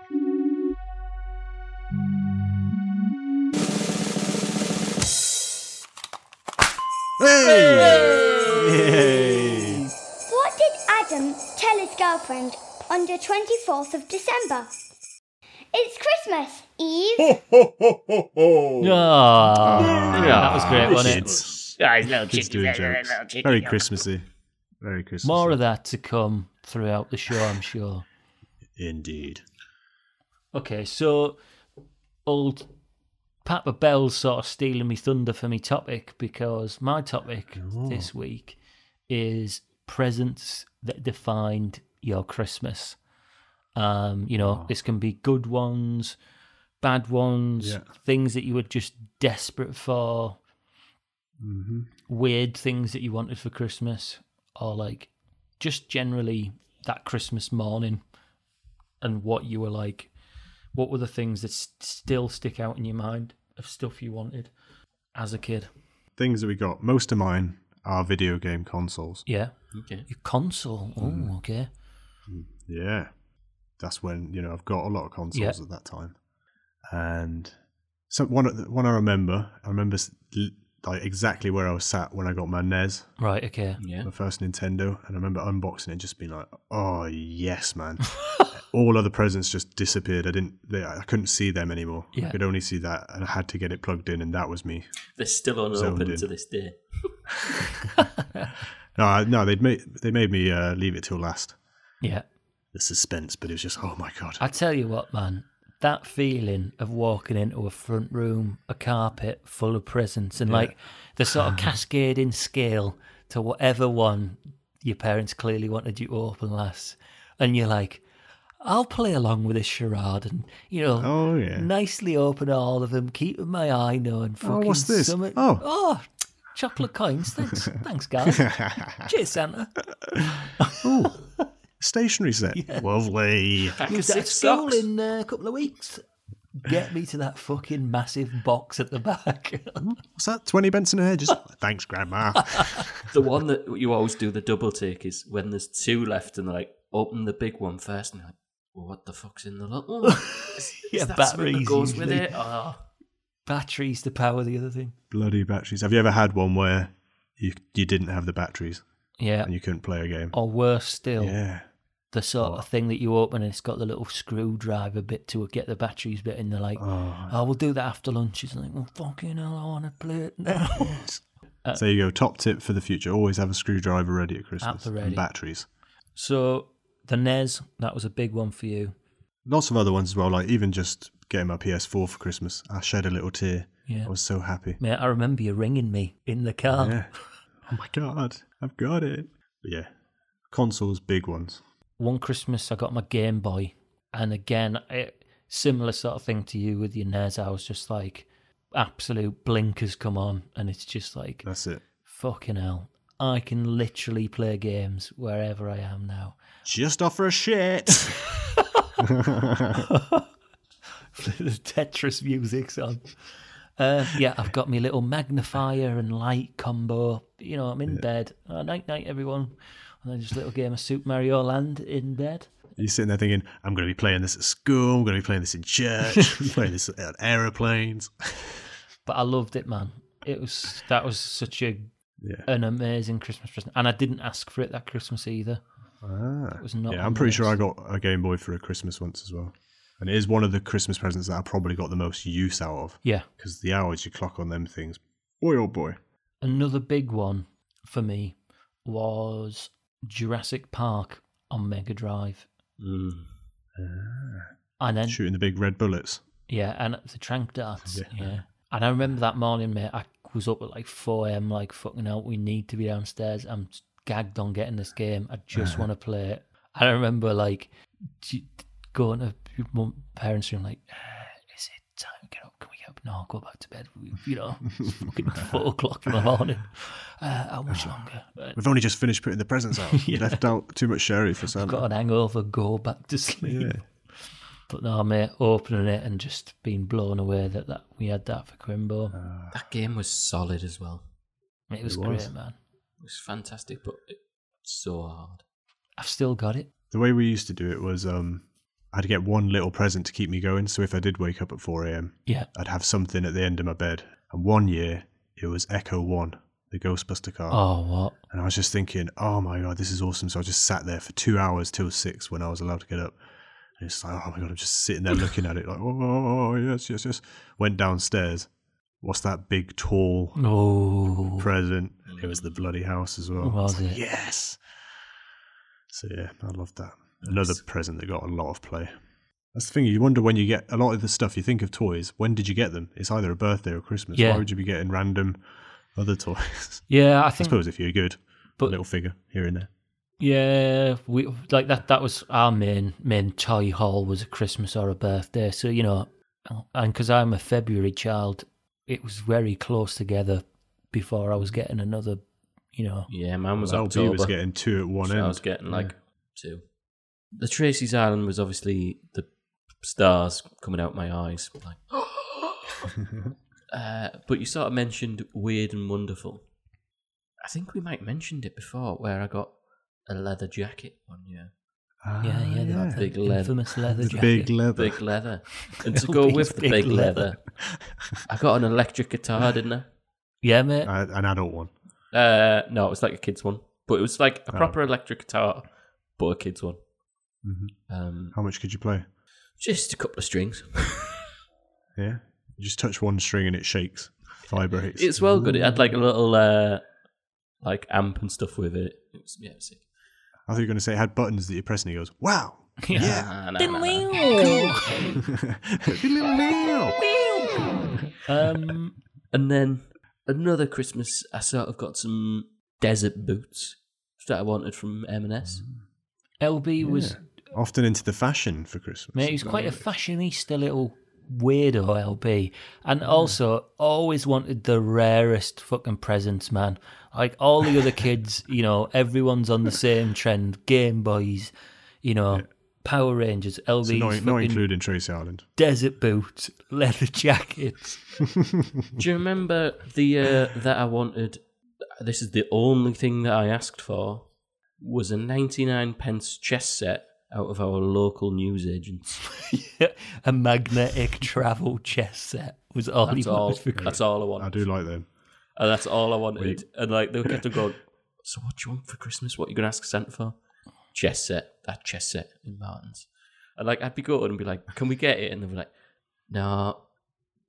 B: Hey! Yay!
D: What did Adam tell his girlfriend on the 24th of December? It's Christmas Eve.
A: Ho, ho, ho, ho, ho.
C: Oh, that was great, wasn't it?
A: Christmas.
B: He's doing jokes. Very Christmassy. Very Christmassy.
C: More of that to come throughout the show, I'm sure.
B: Indeed.
C: Okay, so old Papa Bell's sort of stealing me thunder for me topic because my topic this week is presents that defined your Christmas. Um, you know, this can be good ones, bad ones,
B: Yeah.
C: things that you were just desperate for, weird things that you wanted for Christmas, or like just generally that Christmas morning and what you were like what were the things that s- still stick out in your mind of stuff you wanted as a kid?
B: Things that we got. Most of mine are video game consoles.
C: Yeah.
E: Okay.
C: Your console. Oh, okay.
B: Yeah. That's when, you know, I've got a lot of consoles
C: Yeah.
B: at that time. And so one of the- one I remember, I remember s- l- like exactly where I was sat when I got my NES,
C: Right, okay.
E: Yeah.
B: my first Nintendo, and I remember unboxing it and just being like, "Oh, yes, man." All other presents just disappeared. I didn't they, I couldn't see them anymore.
C: Yeah.
B: I could only see that and I had to get it plugged in and that was me.
E: They're still
B: Zoned in.
E: unopened to this day.
B: No, I- no, they'd made they made me uh, leave it till last.
C: Yeah.
B: The suspense, but it was just, "Oh my god."
C: I tell you what, man, that feeling of walking into a front room, a carpet full of presents, and like the sort of cascading scale to whatever one your parents clearly wanted you to open last. And you're like, I'll play along with this charade and, you know,
B: Oh, yeah.
C: nicely open all of them, keeping my eye knowing.
B: Oh,
C: Fucking
B: what's this?
C: summit-
B: Oh.
C: oh, chocolate coins. Thanks, thanks, guys. Cheers, Santa.
B: Stationary set. Lovely.
E: Back
C: Use
E: of
C: that
E: six
C: school
E: stocks.
C: in uh, a couple of weeks. Get me to that fucking massive box at the back.
B: What's that? 20 Benson a hair? Just thanks, Grandma.
E: The one that you always do the double take is when there's two left and they're like, open the big one first. And you're like, well, what the fuck's in the little one? Is,
C: Yeah,
E: is that something
C: batteries
E: that goes with
C: usually.
E: it? Oh,
C: Batteries to power the other thing.
B: Bloody batteries. Have you ever had one where you, you didn't have the batteries
C: Yeah.
B: and you couldn't play a game?
C: Or worse still,
B: Yeah.
C: the sort of thing that you open and it's got the little screwdriver bit to it, get the batteries bit, and they're like, oh, we'll do that after lunch. It's like, well, fucking hell, I want to play it now. Uh,
B: so you go. Top tip for the future always have a screwdriver ready at Christmas.
C: the ready.
B: And batteries.
C: so the NES, that was a big one for you.
B: Lots of other ones as well, like even just getting my PS4 for Christmas. I shed a little tear.
C: Yeah.
B: I was so happy.
C: Mate, I remember you ringing me in the car.
B: Yeah. Oh my God. I've got it. But yeah. Consoles, big ones.
C: one Christmas I got my Game Boy, and again, it, similar sort of thing to you with your NES. I was just like, absolute blinkers come on, and it's just like,
B: That's it.
C: fucking hell, I can literally play games wherever I am now.
B: Just offer a shit.
C: the Tetris music's on. Uh, yeah, I've got my little magnifier and light combo. You know, I'm in bed. Uh, night, night, everyone. And then just a little game of Super Mario Land in bed.
B: You're sitting there thinking, I'm going to be playing this at school, I'm going to be playing this in church, playing this on aeroplanes.
C: but I loved it, man. It was that was such a
B: Yeah.
C: an amazing Christmas present, and I didn't ask for it that Christmas either. It was not.
B: yeah,
C: on
B: I'm
C: the
B: pretty sure I
C: list.
B: got a Game Boy for a Christmas once as well. And it is one of the Christmas presents that I probably got the most use out of
C: Yeah,
B: because the hours you clock on them things, boy, oh boy.
C: another big one for me was Jurassic Park on Mega Drive,
E: mm.
B: Ah.
C: and then
B: Shooting the big red bullets.
C: yeah, and the Trank Darts. Yeah. and I remember that morning, mate. I was up at like four a.m. Like fucking hell, we need to be downstairs. I'm gagged on getting this game. I just want to play it. And I remember like t- going to my parents' room, like, "Uh, is it time to get up? Can we get up? No, I'll go back to bed. We, you know, it's fucking four o'clock in the morning. Uh, how much longer? Uh,
B: We've only just finished putting the presents out. You Left out too much sherry for Santa.
C: got an hangover. Go back to sleep. But no, mate, opening it and just being blown away that, that we had that for Crimbo.
E: That game was solid as well.
C: It was,
B: It was.
C: great, man.
E: It was fantastic, but it's so hard.
C: I've still got it.
B: The way we used to do it was um, I'd get one little present to keep me going. So if I did wake up at 4 a.m.,
C: Yeah.
B: I'd have something at the end of my bed. And one year, it was Echo One, the Ghostbuster car.
C: Oh, what?
B: And I was just thinking, oh my God, this is awesome. So I just sat there for two hours till six when I was allowed to get up. And it's like, oh my God, I'm just sitting there looking at it, like, oh, oh, oh, yes, yes, yes. Went downstairs. What's that big, tall
C: No. Oh.
B: present? It was the bloody house as well.
C: Was
B: It's like,
C: it?
B: Yes. So yeah, I love that. Another present that got a lot of play. That's the thing. You wonder when you get a lot of the stuff you think of toys. When did you get them? It's either a birthday or Christmas.
C: Yeah.
B: Why would you be getting random other toys?
C: Yeah, I
B: I
C: think.
B: suppose if you're good, but
C: Hmm. But-
B: little figure here and there.
C: Yeah, we like that. That was our main main toy haul was a Christmas or a birthday. So you know, and because I'm a February child, it was very close together before I was getting another. You know,
E: Yeah, mine was
B: LB
E: October.
B: was getting two at one
E: so
B: end.
E: I was getting like two. The Tracy's Island was obviously the stars coming out my eyes. Like, uh, but you sort of mentioned weird and wonderful. I think we might mentioned it before, where I got a leather jacket one year,
B: Ah,
C: yeah, yeah, that
E: Big
C: the
E: leather.
C: infamous leather
B: The
C: jacket.
B: big leather.
E: big leather, and to go
C: LB's
E: with the
C: big
E: big leather,
C: leather.
E: I got an electric guitar, didn't I?
C: yeah, mate.
B: Uh, an adult one.
E: Uh, no, it was like a kids one, but it was like
B: Oh.
E: a proper electric guitar, but a kids one.
B: Mm-hmm.
E: Um,
B: How much could you play?
E: just a couple of strings.
B: Yeah, you just touch one string and it shakes, vibrates.
E: It's well good. It had like a little uh, like amp and stuff with it. It was yeah, it was sick.
B: I thought you were going to say it had buttons that you press and it goes, wow. Yeah.
E: Ah, Nah, nah, nah, nah.
C: um,
E: And then another Christmas, I sort of got some desert boots that I wanted from M&S.
B: Mm.
C: LB was
B: Often into the fashion for Christmas.
C: Mate, he was quite a fashionista little weirdo, LB. And also, always wanted the rarest fucking presents, man. Like all the other kids, you know, everyone's on the same trend. Game Boys, you know, Power Rangers, LB's
B: So not,
C: fucking
B: not including Tracy Island.
C: desert boots, leather jackets.
E: Do you remember the uh, that I wanted? This is the only thing that I asked for was a 99 pence chess set out of our local newsagents.
C: A magnetic travel chess set was all he
E: That's all.
C: wanted for Christmas.
E: That's all I
B: I
E: wanted.
B: do like them.
E: And that's all I wanted. And like they kept on going. So what do you want for Christmas? What are you gonna ask Santa for? Chess set. That chess set in Martin's. And like I'd be going and be like, "Can we get it?" And they were like, "No,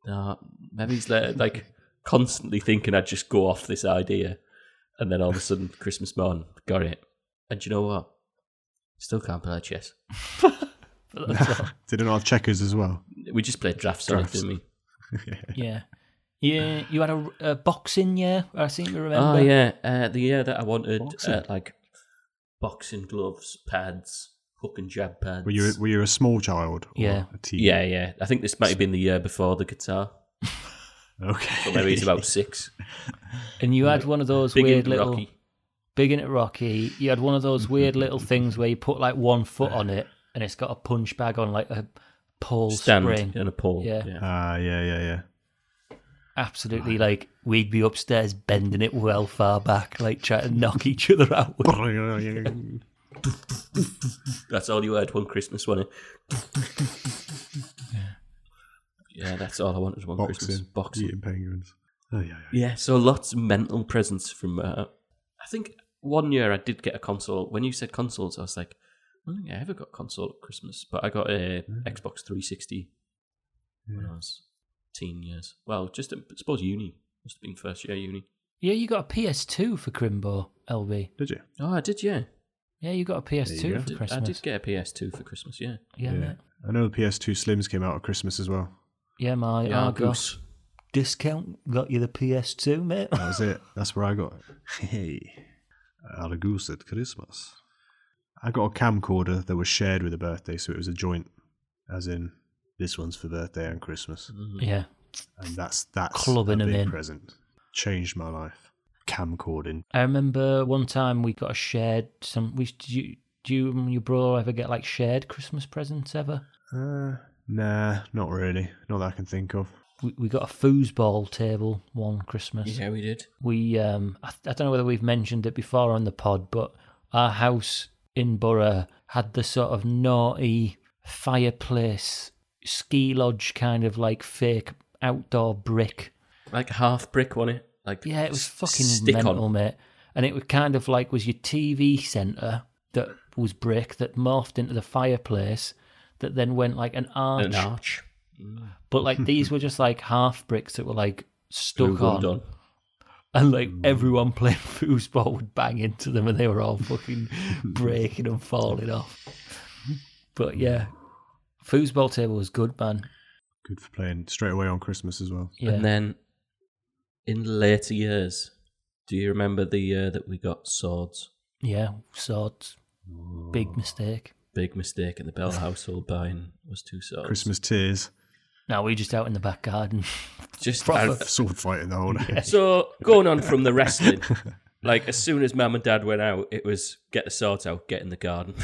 E: no, maybe it's later." like constantly thinking I'd just go off this idea, and then all of a sudden Christmas morning, got it. And do you know what? Still can't play chess.
B: Didn't have checkers as well.
E: We just played drafts, on it,
B: Drafts.
E: didn't we?
C: Yeah. Yeah, you had a, a boxing, yeah, I seem to remember.
E: Oh yeah, uh, the year that I wanted
B: Boxing.
E: uh, like boxing gloves, pads, hook and jab pads.
B: Were you were you a small child? Or
C: Yeah.
B: A teen?
E: Yeah, yeah. I think this might have been the year before the guitar.
B: Okay.
E: But maybe he's about six.
C: And you had one of those
E: Big
C: weird
E: into
C: little.
E: Rocky.
C: big into Rocky. You had one of those weird little things where you put like one foot on it and it's got a punch bag on like a pole
E: Stand
C: spring.
E: and a pole.
C: Yeah.
B: Ah, yeah, yeah, yeah.
C: Absolutely, like we'd be upstairs bending it well far back, like trying to knock each other out. With.
E: That's all you heard one Christmas, wasn't it? yeah, that's all I wanted one Christmas.
B: Boxing.
E: Boxing.
B: Eating penguins. Oh, yeah, yeah.
E: Yeah, so lots of mental presents from. Uh, I think one year I did get a console. When you said consoles, I was like, I don't think I ever got a console at Christmas, but I got a
C: Mm.
E: Xbox 360 when I was teen years. Well, just I suppose uni must have been first year uni.
C: Yeah, you got a PS2 for Crimbo, LB.
B: Did you?
E: Oh, I did, yeah.
C: Yeah, you got a PS2
B: go.
E: I
C: for
E: did, I
C: Christmas.
E: did get a PS2 for Christmas, yeah.
C: Yeah, mate.
B: I know the PS2 Slims came out at Christmas as well.
C: yeah, my Argos discount got you the PS2, mate.
B: That was it. That's where I got it. Hey. I had a goose at Christmas. I got a camcorder that was shared with a birthday, so it was a joint, as in this one's for birthday and Christmas.
C: yeah,
B: And that's that's
C: Mm-hmm. Clubbing
B: a
C: 'em
B: big
C: in.
B: present. Changed my life. Camcording.
C: I remember one time we got a shared some. We did you do you and your bro ever get like shared Christmas presents ever?
B: Uh, nah, not really. Not that I can think of.
C: we, we got a foosball table one Christmas.
E: Yeah, we did.
C: We um I, I don't know whether we've mentioned it before on the pod, but our house in Borough had the sort of naughty fireplace ski lodge kind of like fake outdoor brick.
E: Like half brick, wasn't it? Like
C: Yeah, it was
E: s-
C: fucking
E: stick
C: mental,
E: on.
C: mate. And it was kind of like was your TV centre that was brick that morphed into the fireplace that then went like an arch.
E: An arch.
C: But like these were just like half bricks that were like stuck
E: Glued
C: on.
E: on.
C: and like everyone playing foosball would bang into them, and they were all fucking breaking and falling off. But yeah, foosball table was good, man.
B: Good for playing straight away on Christmas as well.
C: Yeah,
E: And then in later years, do you remember the year that we got swords?
C: yeah, swords. Big mistake.
E: Big mistake in the Bell household buying was two swords.
B: Christmas tears,
C: Now we're just out in the back garden.
E: Just
C: Proper.
B: sword fighting the whole day.
E: So going on from the wrestling, like as soon as mum and dad went out, it was get the swords out, get in the garden.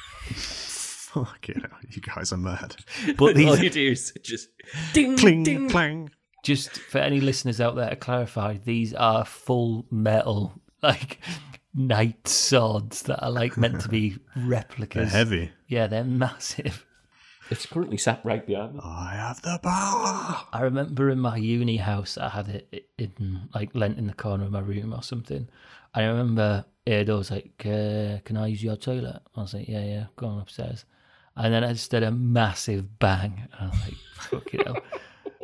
B: Fuck it, you guys are mad.
C: But
E: All
C: these,
E: you do is just ding,
B: Cling,
E: ding.
B: clang.
C: just for any listeners out there to clarify, these are full metal, like knight swords that are like meant to be
B: They're
C: replicas.
B: heavy.
C: Yeah, they're massive.
E: It's currently sat right behind me.
B: I have the power.
C: I remember in my uni house, I had it in like lent in the corner of my room or something. I remember Edo was like, uh, "Can I use your toilet?" I was like, "Yeah, yeah, go on upstairs." And then I just did a massive bang, and I was like, "Fuck it hell!"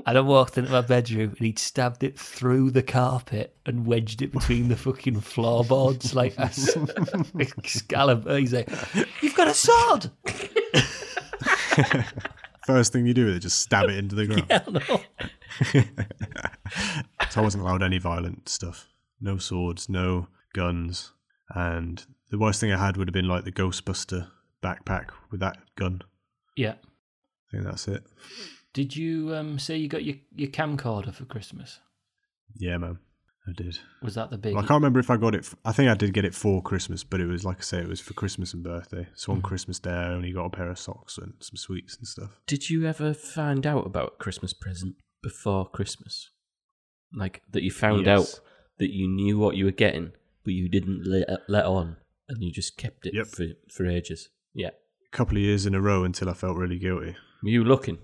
C: And I walked into my bedroom, and he'd stabbed it through the carpet and wedged it between the fucking floorboards like a s- Excalibur. He's like, "You've got a sword!"
B: First thing you do is just stab it into the ground.
C: I don't know.
B: So I wasn't allowed any violent stuff. No swords, no guns. And the worst thing I had would have been like the Ghostbuster backpack with that gun.
C: Yeah.
B: I think that's it.
C: Did you um, say you got your, your camcorder for Christmas?
B: Yeah, man. I did.
C: Was that the big?
B: Well, I can't remember if I got it. f I I think I did get it for Christmas, but it was like I say, it was for Christmas and birthday. So on Christmas Day, I only got a pair of socks and some sweets and stuff.
E: Did you ever find out about a Christmas present before Christmas? Like that you found
B: Yes.
E: out that you knew what you were getting, but you didn't uh, let, let on, and you just kept it
B: Yep.
E: for for ages. Yeah,
B: A couple of years in a row until I felt really guilty.
E: were you looking?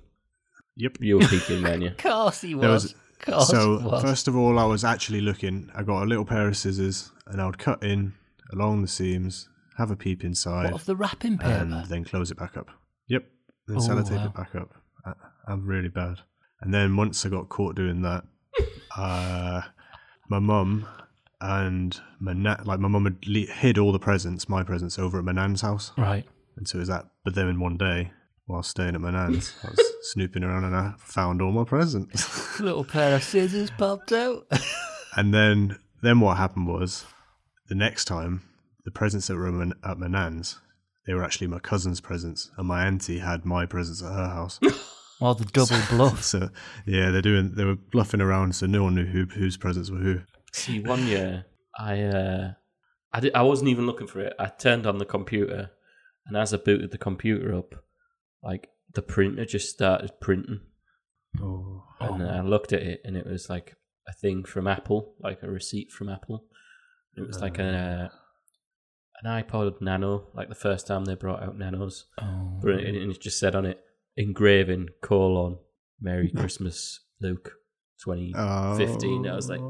B: Yep.
E: You were peeking, man. Yeah.
C: Of course he
B: There
C: was.
B: was-
C: Of course
B: so
C: he was.
B: first of all, I was actually looking. I got a little pair of scissors, and I would cut in along the seams, have a peep
C: what
B: inside,
C: of the wrapping paper?
B: and then close it back up. Yep. Then
C: Oh,
B: sellotape
C: wow.
B: it back up. I, I'm really bad. And then once I got caught doing that, uh, my mum and my nan, like my mum had le- hid all the presents, my presents, over at my nan's house.
C: Right.
B: And so it was that, but then in one day, while staying at my nan's, I was snooping around and I found all my presents.
C: Little pair of scissors popped out.
B: And then then what happened was the next time the presents that were at my- at my nan's they were actually my cousin's presents, and my auntie had my presents at her house.
C: well, the double bluff.
B: so yeah, they're doing they were bluffing around, so no one knew who whose presents were who.
E: See, one year I uh, I, di- I wasn't even looking for it. I turned on the computer, and as I booted the computer up, like the printer just started printing,
B: Oh,
E: and I looked at it, and it was like a thing from Apple, like a receipt from Apple. It was like a
B: Uh.
E: an iPod Nano, like the first time they brought out Nanos,
C: Oh.
E: But it- and it just said on it, engraving colon Merry Christmas Luke twenty
B: Oh.
E: fifteen. I was like.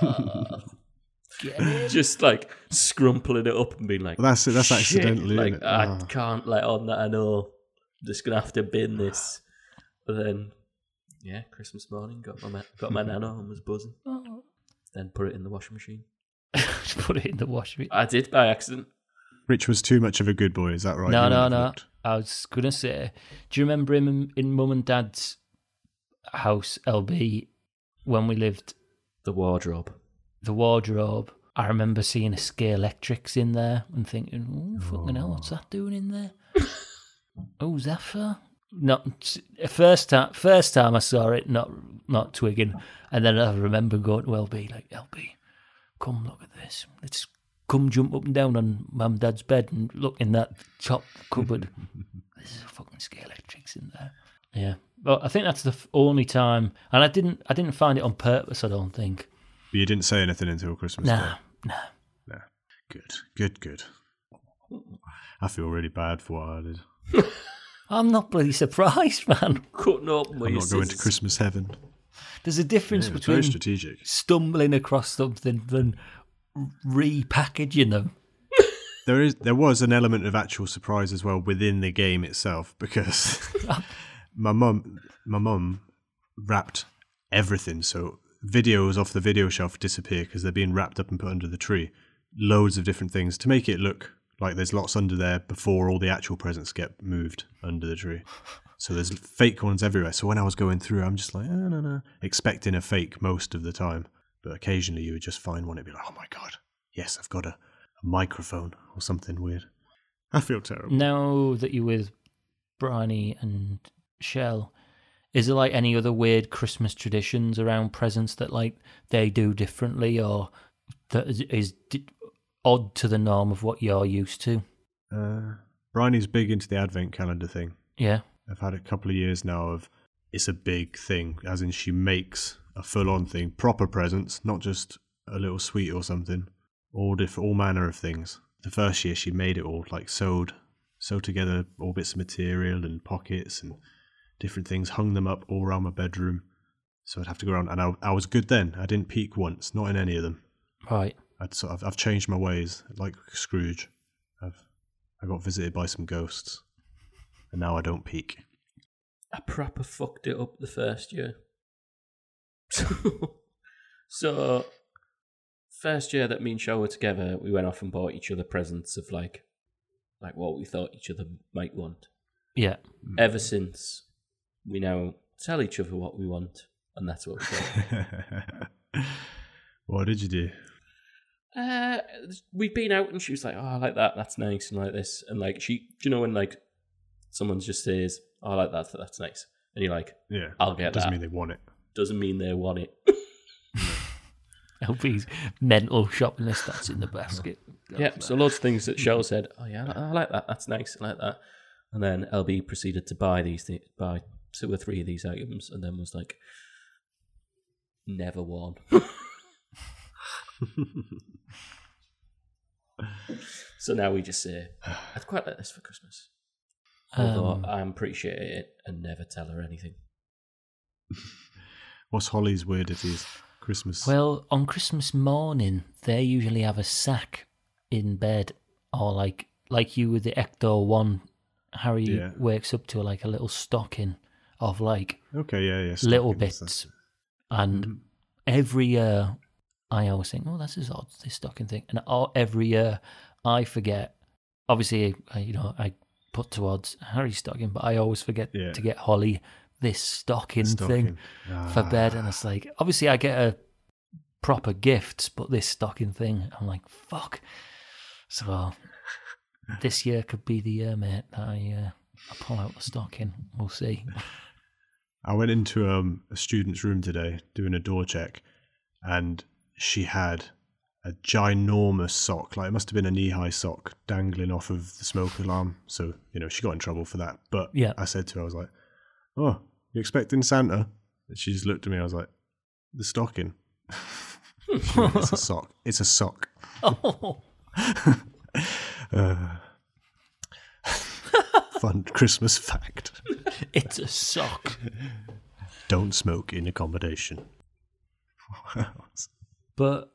E: "Ah."
C: Get it?
E: just like scrumpling it up and being like,
B: Well, that's it. That's
E: "Shit,"
B: accidentally.
E: Like,
B: isn't it?
E: I
B: Ah.
E: can't let on that I know. I'm just gonna have to bin this. But then, yeah, Christmas morning got my ma- got my nano and was buzzing. Then put it in the washing machine.
C: Just Put it in the washing.
E: I did by accident.
B: Rich was too much of a good boy. Is that right?
C: no,
B: You
C: no,
B: would've
C: no.
B: looked.
C: I was gonna say, do you remember him in, in Mum and Dad's house, LB, when we lived
E: The wardrobe.
C: the wardrobe. I remember seeing a scale electrics in there and thinking, oh, fucking hell, what's that doing in there? oh, who's that for? Not first time. First time I saw it, not not twigging, and then I remember going to LB like LB, come look at this. Let's come jump up and down on Mum and Dad's bed and look in that top cupboard. There's a fucking scale electrics in there. Yeah, well, I think that's the f- only time, and I didn't I didn't find it on purpose. I don't think.
B: But you didn't say anything until Christmas.
C: Nah,
B: Day.
C: nah.
B: Good, good, good. I feel really bad for what I did.
C: I'm not bloody surprised, man.
E: Cutting open my
B: I'm not going to
E: scissors.
B: Christmas heaven.
C: There's a difference
B: Yeah, it's very
C: between
B: strategic.
C: stumbling across something than repackaging them.
B: There is there was an element of actual surprise as well within the game itself because my mum my mum wrapped everything so videos off the video shelf disappear because they're being wrapped up and put under the tree. Loads of different things to make it look like there's lots under there before all the actual presents get moved under the tree. So there's fake ones everywhere. So when I was going through, I'm just like, oh, no, no, expecting a fake most of the time. But occasionally you would just find one. It'd be like, oh my God, yes, I've got a, a microphone or something weird. I feel terrible.
C: Now that you're with Bryony and Shell, is there like any other weird Christmas traditions around presents that like they do differently or that is, is di- odd to the norm of what you're used to?
B: Uh, Bryony's big into the advent calendar thing.
C: Yeah.
B: I've had a couple of years now of it's a big thing, as in she makes a full on thing, proper presents, not just a little sweet or something. All diff- all manner of things. The first year she made it all, like sewed sewed together all bits of material and pockets and different things, hung them up all around my bedroom. So I'd have to go around, and I, I was good then. I didn't peek once, not in any of them.
C: Right.
B: I'd sort of, I've changed my ways, like Scrooge. I've I got visited by some ghosts, and now I don't peek.
E: I proper fucked it up the first year. So, so first year that me and Shaw were together, we went off and bought each other presents of like, like what we thought each other might want.
C: Yeah.
E: Ever since, we now tell each other what we want, and that's what we get.
B: what did you do?
E: uh, we'd been out and she was like, oh, I like that, that's nice, and like this. And like, she, do you know when like someone just says, oh, I like that, that's nice? And you're like,
B: Yeah,
E: I'll get
B: Doesn't
E: that.
B: mean they want it.
E: doesn't mean they want it.
C: LP's mental shopping list that's in the basket.
E: yeah, so loads of things that Shell said, oh, yeah, I li- I like that, that's nice, I like that. And then LB proceeded to buy these, thi- buy two or three of these items, and then was like, never one. so now we just say, I'd quite like this for Christmas. Although
C: Um,
E: I'm pretty sure it and never tell her anything.
B: What's Holly's weirdest Christmas?
C: Well, on Christmas morning, they usually have a sack in bed, or like like you with the Ector one. Harry
B: Yeah.
C: wakes up to like a little stocking of like
B: okay, yeah, yeah.
C: little
B: stockings,
C: bits, and
B: Mm-hmm.
C: every year I always think, "Oh, this is odd, this stocking thing," and all, every year I forget. Obviously, I, you know, I put towards Harry's stocking, but I always forget
B: Yeah.
C: to get Holly this stocking,
B: that's
C: thing
B: stocking.
C: for
B: Ah,
C: bed, and it's like obviously I get a proper gifts, but this stocking thing, I'm like fuck. So this year could be the year, mate. That I uh, I pull out the stocking. We'll see.
B: I went into um, a student's room today doing a door check, and she had a ginormous sock. Like it must have been a knee-high sock dangling off of the smoke alarm. So you know she got in trouble for that. But
C: Yeah.
B: I said to her, I was like, "Oh, you expecting Santa?" And she just looked at me. I was like, "The stocking." She went, it's a sock. It's a sock.
C: Hmm. Oh,
B: Uh, fun Christmas fact.
C: it's a sock.
B: Don't smoke in accommodation.
C: But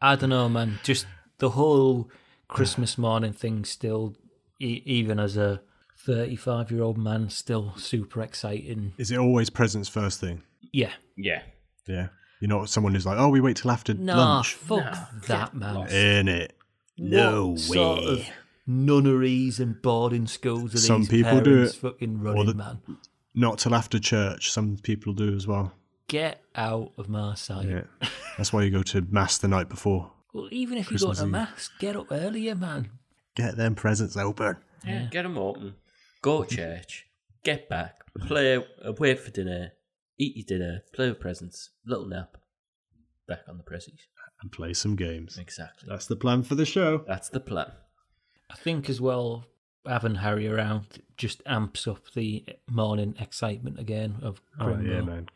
C: I don't know, man. Just the whole Christmas morning thing still, e- even as a 35 year old man, still super exciting.
B: Is it always presents first thing?
C: Yeah.
E: Yeah.
B: Yeah. You're not someone who's like, oh, we wait till after
C: Nah,
B: lunch.
C: fuck
E: Nah,
C: that,
E: get
C: man.
E: lost.
B: In it. No
C: what
B: way.
C: Sort of nunneries and boarding schools are
B: Some
C: these
B: people do
C: parents
B: it.
C: fucking running,
B: the-
C: man.
B: Not till after church. Some people do as well.
C: Get out of my sight.
B: Yeah. That's why you go to mass the night before.
C: Well, even if you
B: Christmas
C: go to
B: Eve.
C: mass, get up earlier, man.
B: Get them presents open.
E: Yeah, get 'em open. Go to church. Get back. Play. Uh, wait for dinner. Eat your dinner. Play with presents. Little nap. Back on the presses.
B: And play some games.
E: Exactly.
B: That's the plan for the show.
E: That's the plan.
C: I think as well, having Harry around just amps up the morning excitement again of
B: Oh,
C: Grimble.
B: yeah, man.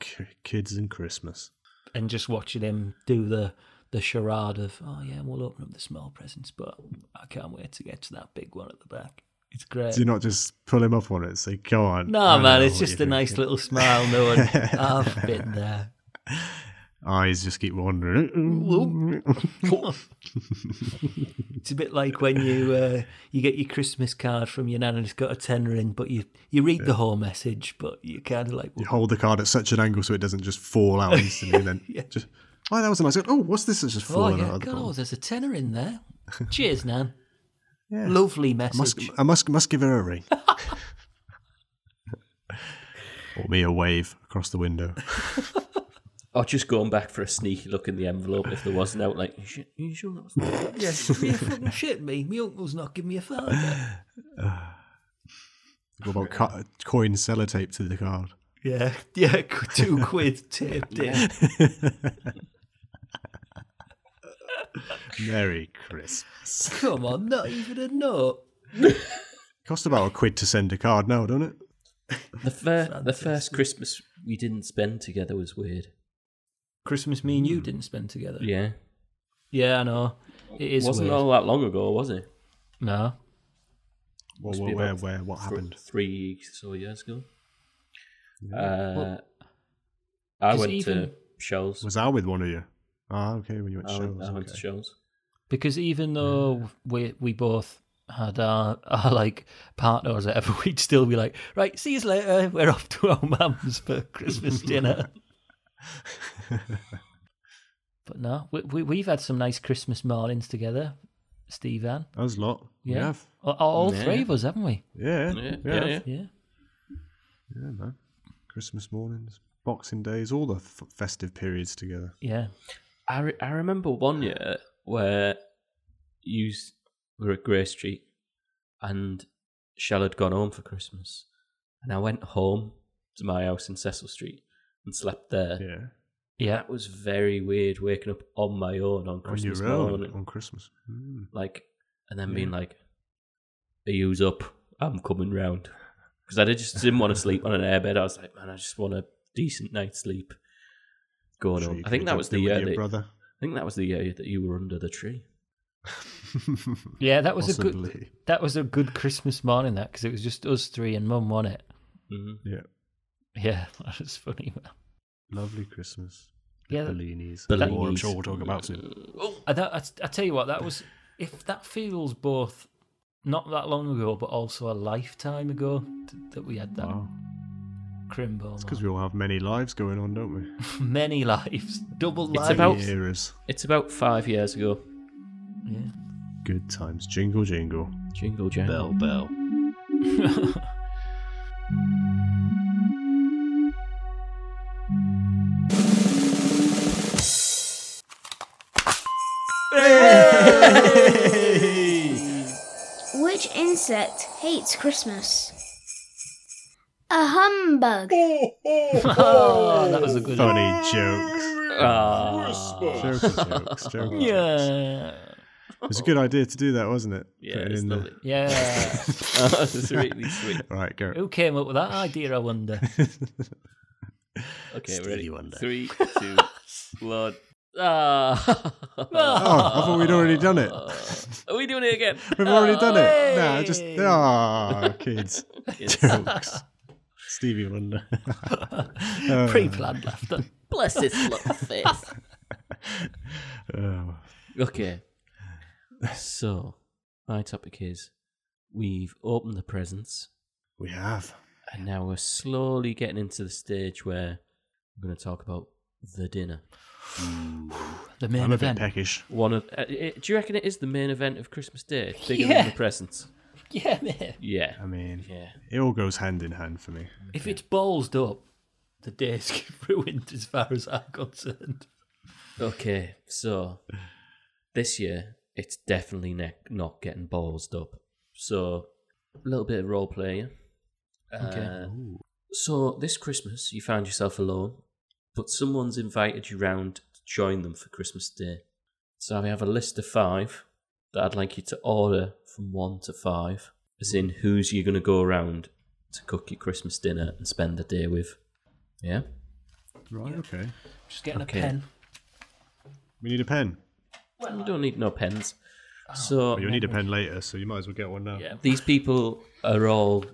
B: K- kids and Christmas.
C: and just watching him do the the charade of oh yeah we'll open up the small presents but I can't wait to get to that big one at the back it's great
B: Do you not just pull him up on it? and Say, go on.
C: no
B: I
C: man
B: know
C: it's
B: what
C: just a
B: you're
C: nice
B: thinking."
C: little smile knowing I've been there
B: Eyes just keep wandering.
C: It's a bit like when you uh, you get your Christmas card from your nan and it's got a tenner in, but you you read the whole message, but you kind of like
B: you hold the card at such an angle so it doesn't just fall out instantly. and then just oh, that was a nice. Oh, what's this? that's just
C: oh
B: falling out
C: yeah,
B: of the
C: God,
B: bottom?
C: oh, there's a tenner in there. Cheers, nan.
B: Yeah.
C: Lovely
B: I must,
C: message.
B: I must, must give her a ring. or me a wave across the window.
E: Or just going back for a sneaky look in the envelope if there was an out. Like, you sure, you sure that was the-"
C: Yes, you fucking shit me. My uncle's not giving me a fiver.
B: What about co- coin sellotape to the card?
C: Yeah, yeah, qu- two quid taped in.
B: Merry Christmas.
C: Come on, not even a note.
B: Cost about a quid to send a card now, don't it?
E: the, fir- the first Christmas we didn't spend together was weird.
C: Christmas, me and you didn't spend together. Hmm. Yeah,
E: Yeah.
C: I know. It is
E: wasn't
C: weird.
E: all that long ago, was it?
C: No,
B: Whoa,
E: Must
B: whoa,
E: be
B: where,
E: about
B: where, what
E: Thr-
B: happened?
E: Three or so years ago. Uh, I
C: does
E: went to
C: even-
E: Shells.
B: Was I with one of you? Ah, okay, when you went
E: I went,
B: shows.
E: I went to
B: Okay.
E: Shells.
C: because even though we we both had our, our like partners, or whatever, we'd still be like, right, see you later. We're off to our mum's for Christmas dinner. but no, we, we we've had some nice Christmas mornings together, Steve Ann.
B: That was a lot. We
C: Yeah,
B: have.
C: all, all
E: Yeah.
C: three of us, haven't we?
B: Yeah.
E: Yeah,
B: we
E: yeah,
B: have.
E: yeah.
C: Yeah.
B: Yeah, man. Christmas mornings, Boxing Days, all the f- festive periods together.
C: Yeah.
E: I, re- I remember one year where you s- were at Grey Street and Shell had gone home for Christmas. And I went home to my house in Cecil Street and slept there.
B: Yeah.
C: Yeah.
E: That was very weird waking up on my own on Christmas
B: on your own
E: morning.
B: on Christmas. Mm.
E: like, and then being like, "Are yous up? I'm coming round." Because I did- just didn't want to sleep on an airbed. I was like, "Man, I just want a decent night's sleep." Going
B: Sure
E: on,
B: you
E: I
B: can
E: think that was
B: adjust it
E: the
B: with
E: year.
B: your
E: That, I
B: brother.
E: think that was the year that you were under the tree.
C: Yeah, that was a good
B: Possibly.
C: that was a good Christmas morning that because it was just us three and mum, wasn't it?
E: hmm
B: Yeah.
C: Yeah, that was funny. man.
B: Lovely Christmas.
C: Yeah, that-
B: Bellinis.
E: Bellinis.
B: More, I'm sure we'll talk about soon.
C: I, don't- I, I tell you what, that was if that feels both not that long ago, but also a lifetime ago t- that we had that
B: Wow.
C: crimbo.
B: It's because we all have many lives going on, don't we?
C: many lives, double
E: It's
C: lives.
E: about-
B: Many eras.
E: It's about five years ago.
C: Yeah.
B: Good times. Jingle, jingle.
E: Jingle jangle.
B: bell.
F: Which insect hates Christmas?
D: A humbug.
C: Oh, that was a good one.
B: Funny jokes.
E: Ah.
B: Jokes, jokes, jokes.
C: Yeah.
B: It was a good idea to do that, wasn't it?
E: Yeah,
B: Put it
E: it's
B: in there.
E: lovely.
C: Yeah.
E: it's Oh, really sweet.
B: All right, go.
C: Who came up with that idea, I wonder?
E: Okay,
B: Stevie
E: ready.
B: Wonder.
E: Three, two, one. Ah.
B: Oh, I thought we'd already done it.
E: Are we doing it again?
B: We've already done it. Nah, just
C: hey.
B: ah, kids. jokes. Stevie Wonder. Uh,
C: Pre planned laughter.
F: Bless his little face.
B: Uh, oh.
E: Okay. So, my topic is we've opened the presents
B: we have.
E: and now we're slowly getting into the stage where we're going to talk about the dinner.
C: The main
B: I'm a bit
C: event.
B: peckish.
E: One of uh, it- do you reckon it is the main event of Christmas Day? Bigger
C: Yeah.
E: than the presents.
C: yeah, man.
E: Yeah.
B: I mean,
E: Yeah.
B: it all goes hand in hand for me.
C: If it's ballsed up, the day's ruined as far as I'm concerned.
E: Okay. So, this year it's definitely ne- not getting ballsed up. So, a little bit of role play. yeah?
C: Okay.
E: Uh, So this Christmas, you found yourself alone, but someone's invited you round to join them for Christmas Day. So I have a list of five that I'd like you to order from one to five, as in who's you're going to go around to cook your Christmas dinner and spend the day with. Yeah?
B: Right, okay.
C: Just getting
E: Okay.
C: a pen.
B: We need a pen.
E: Well, you don't need no pens. So
C: Oh.
B: But you'll need a pen later, so you might as well get one now.
E: yeah, these people are all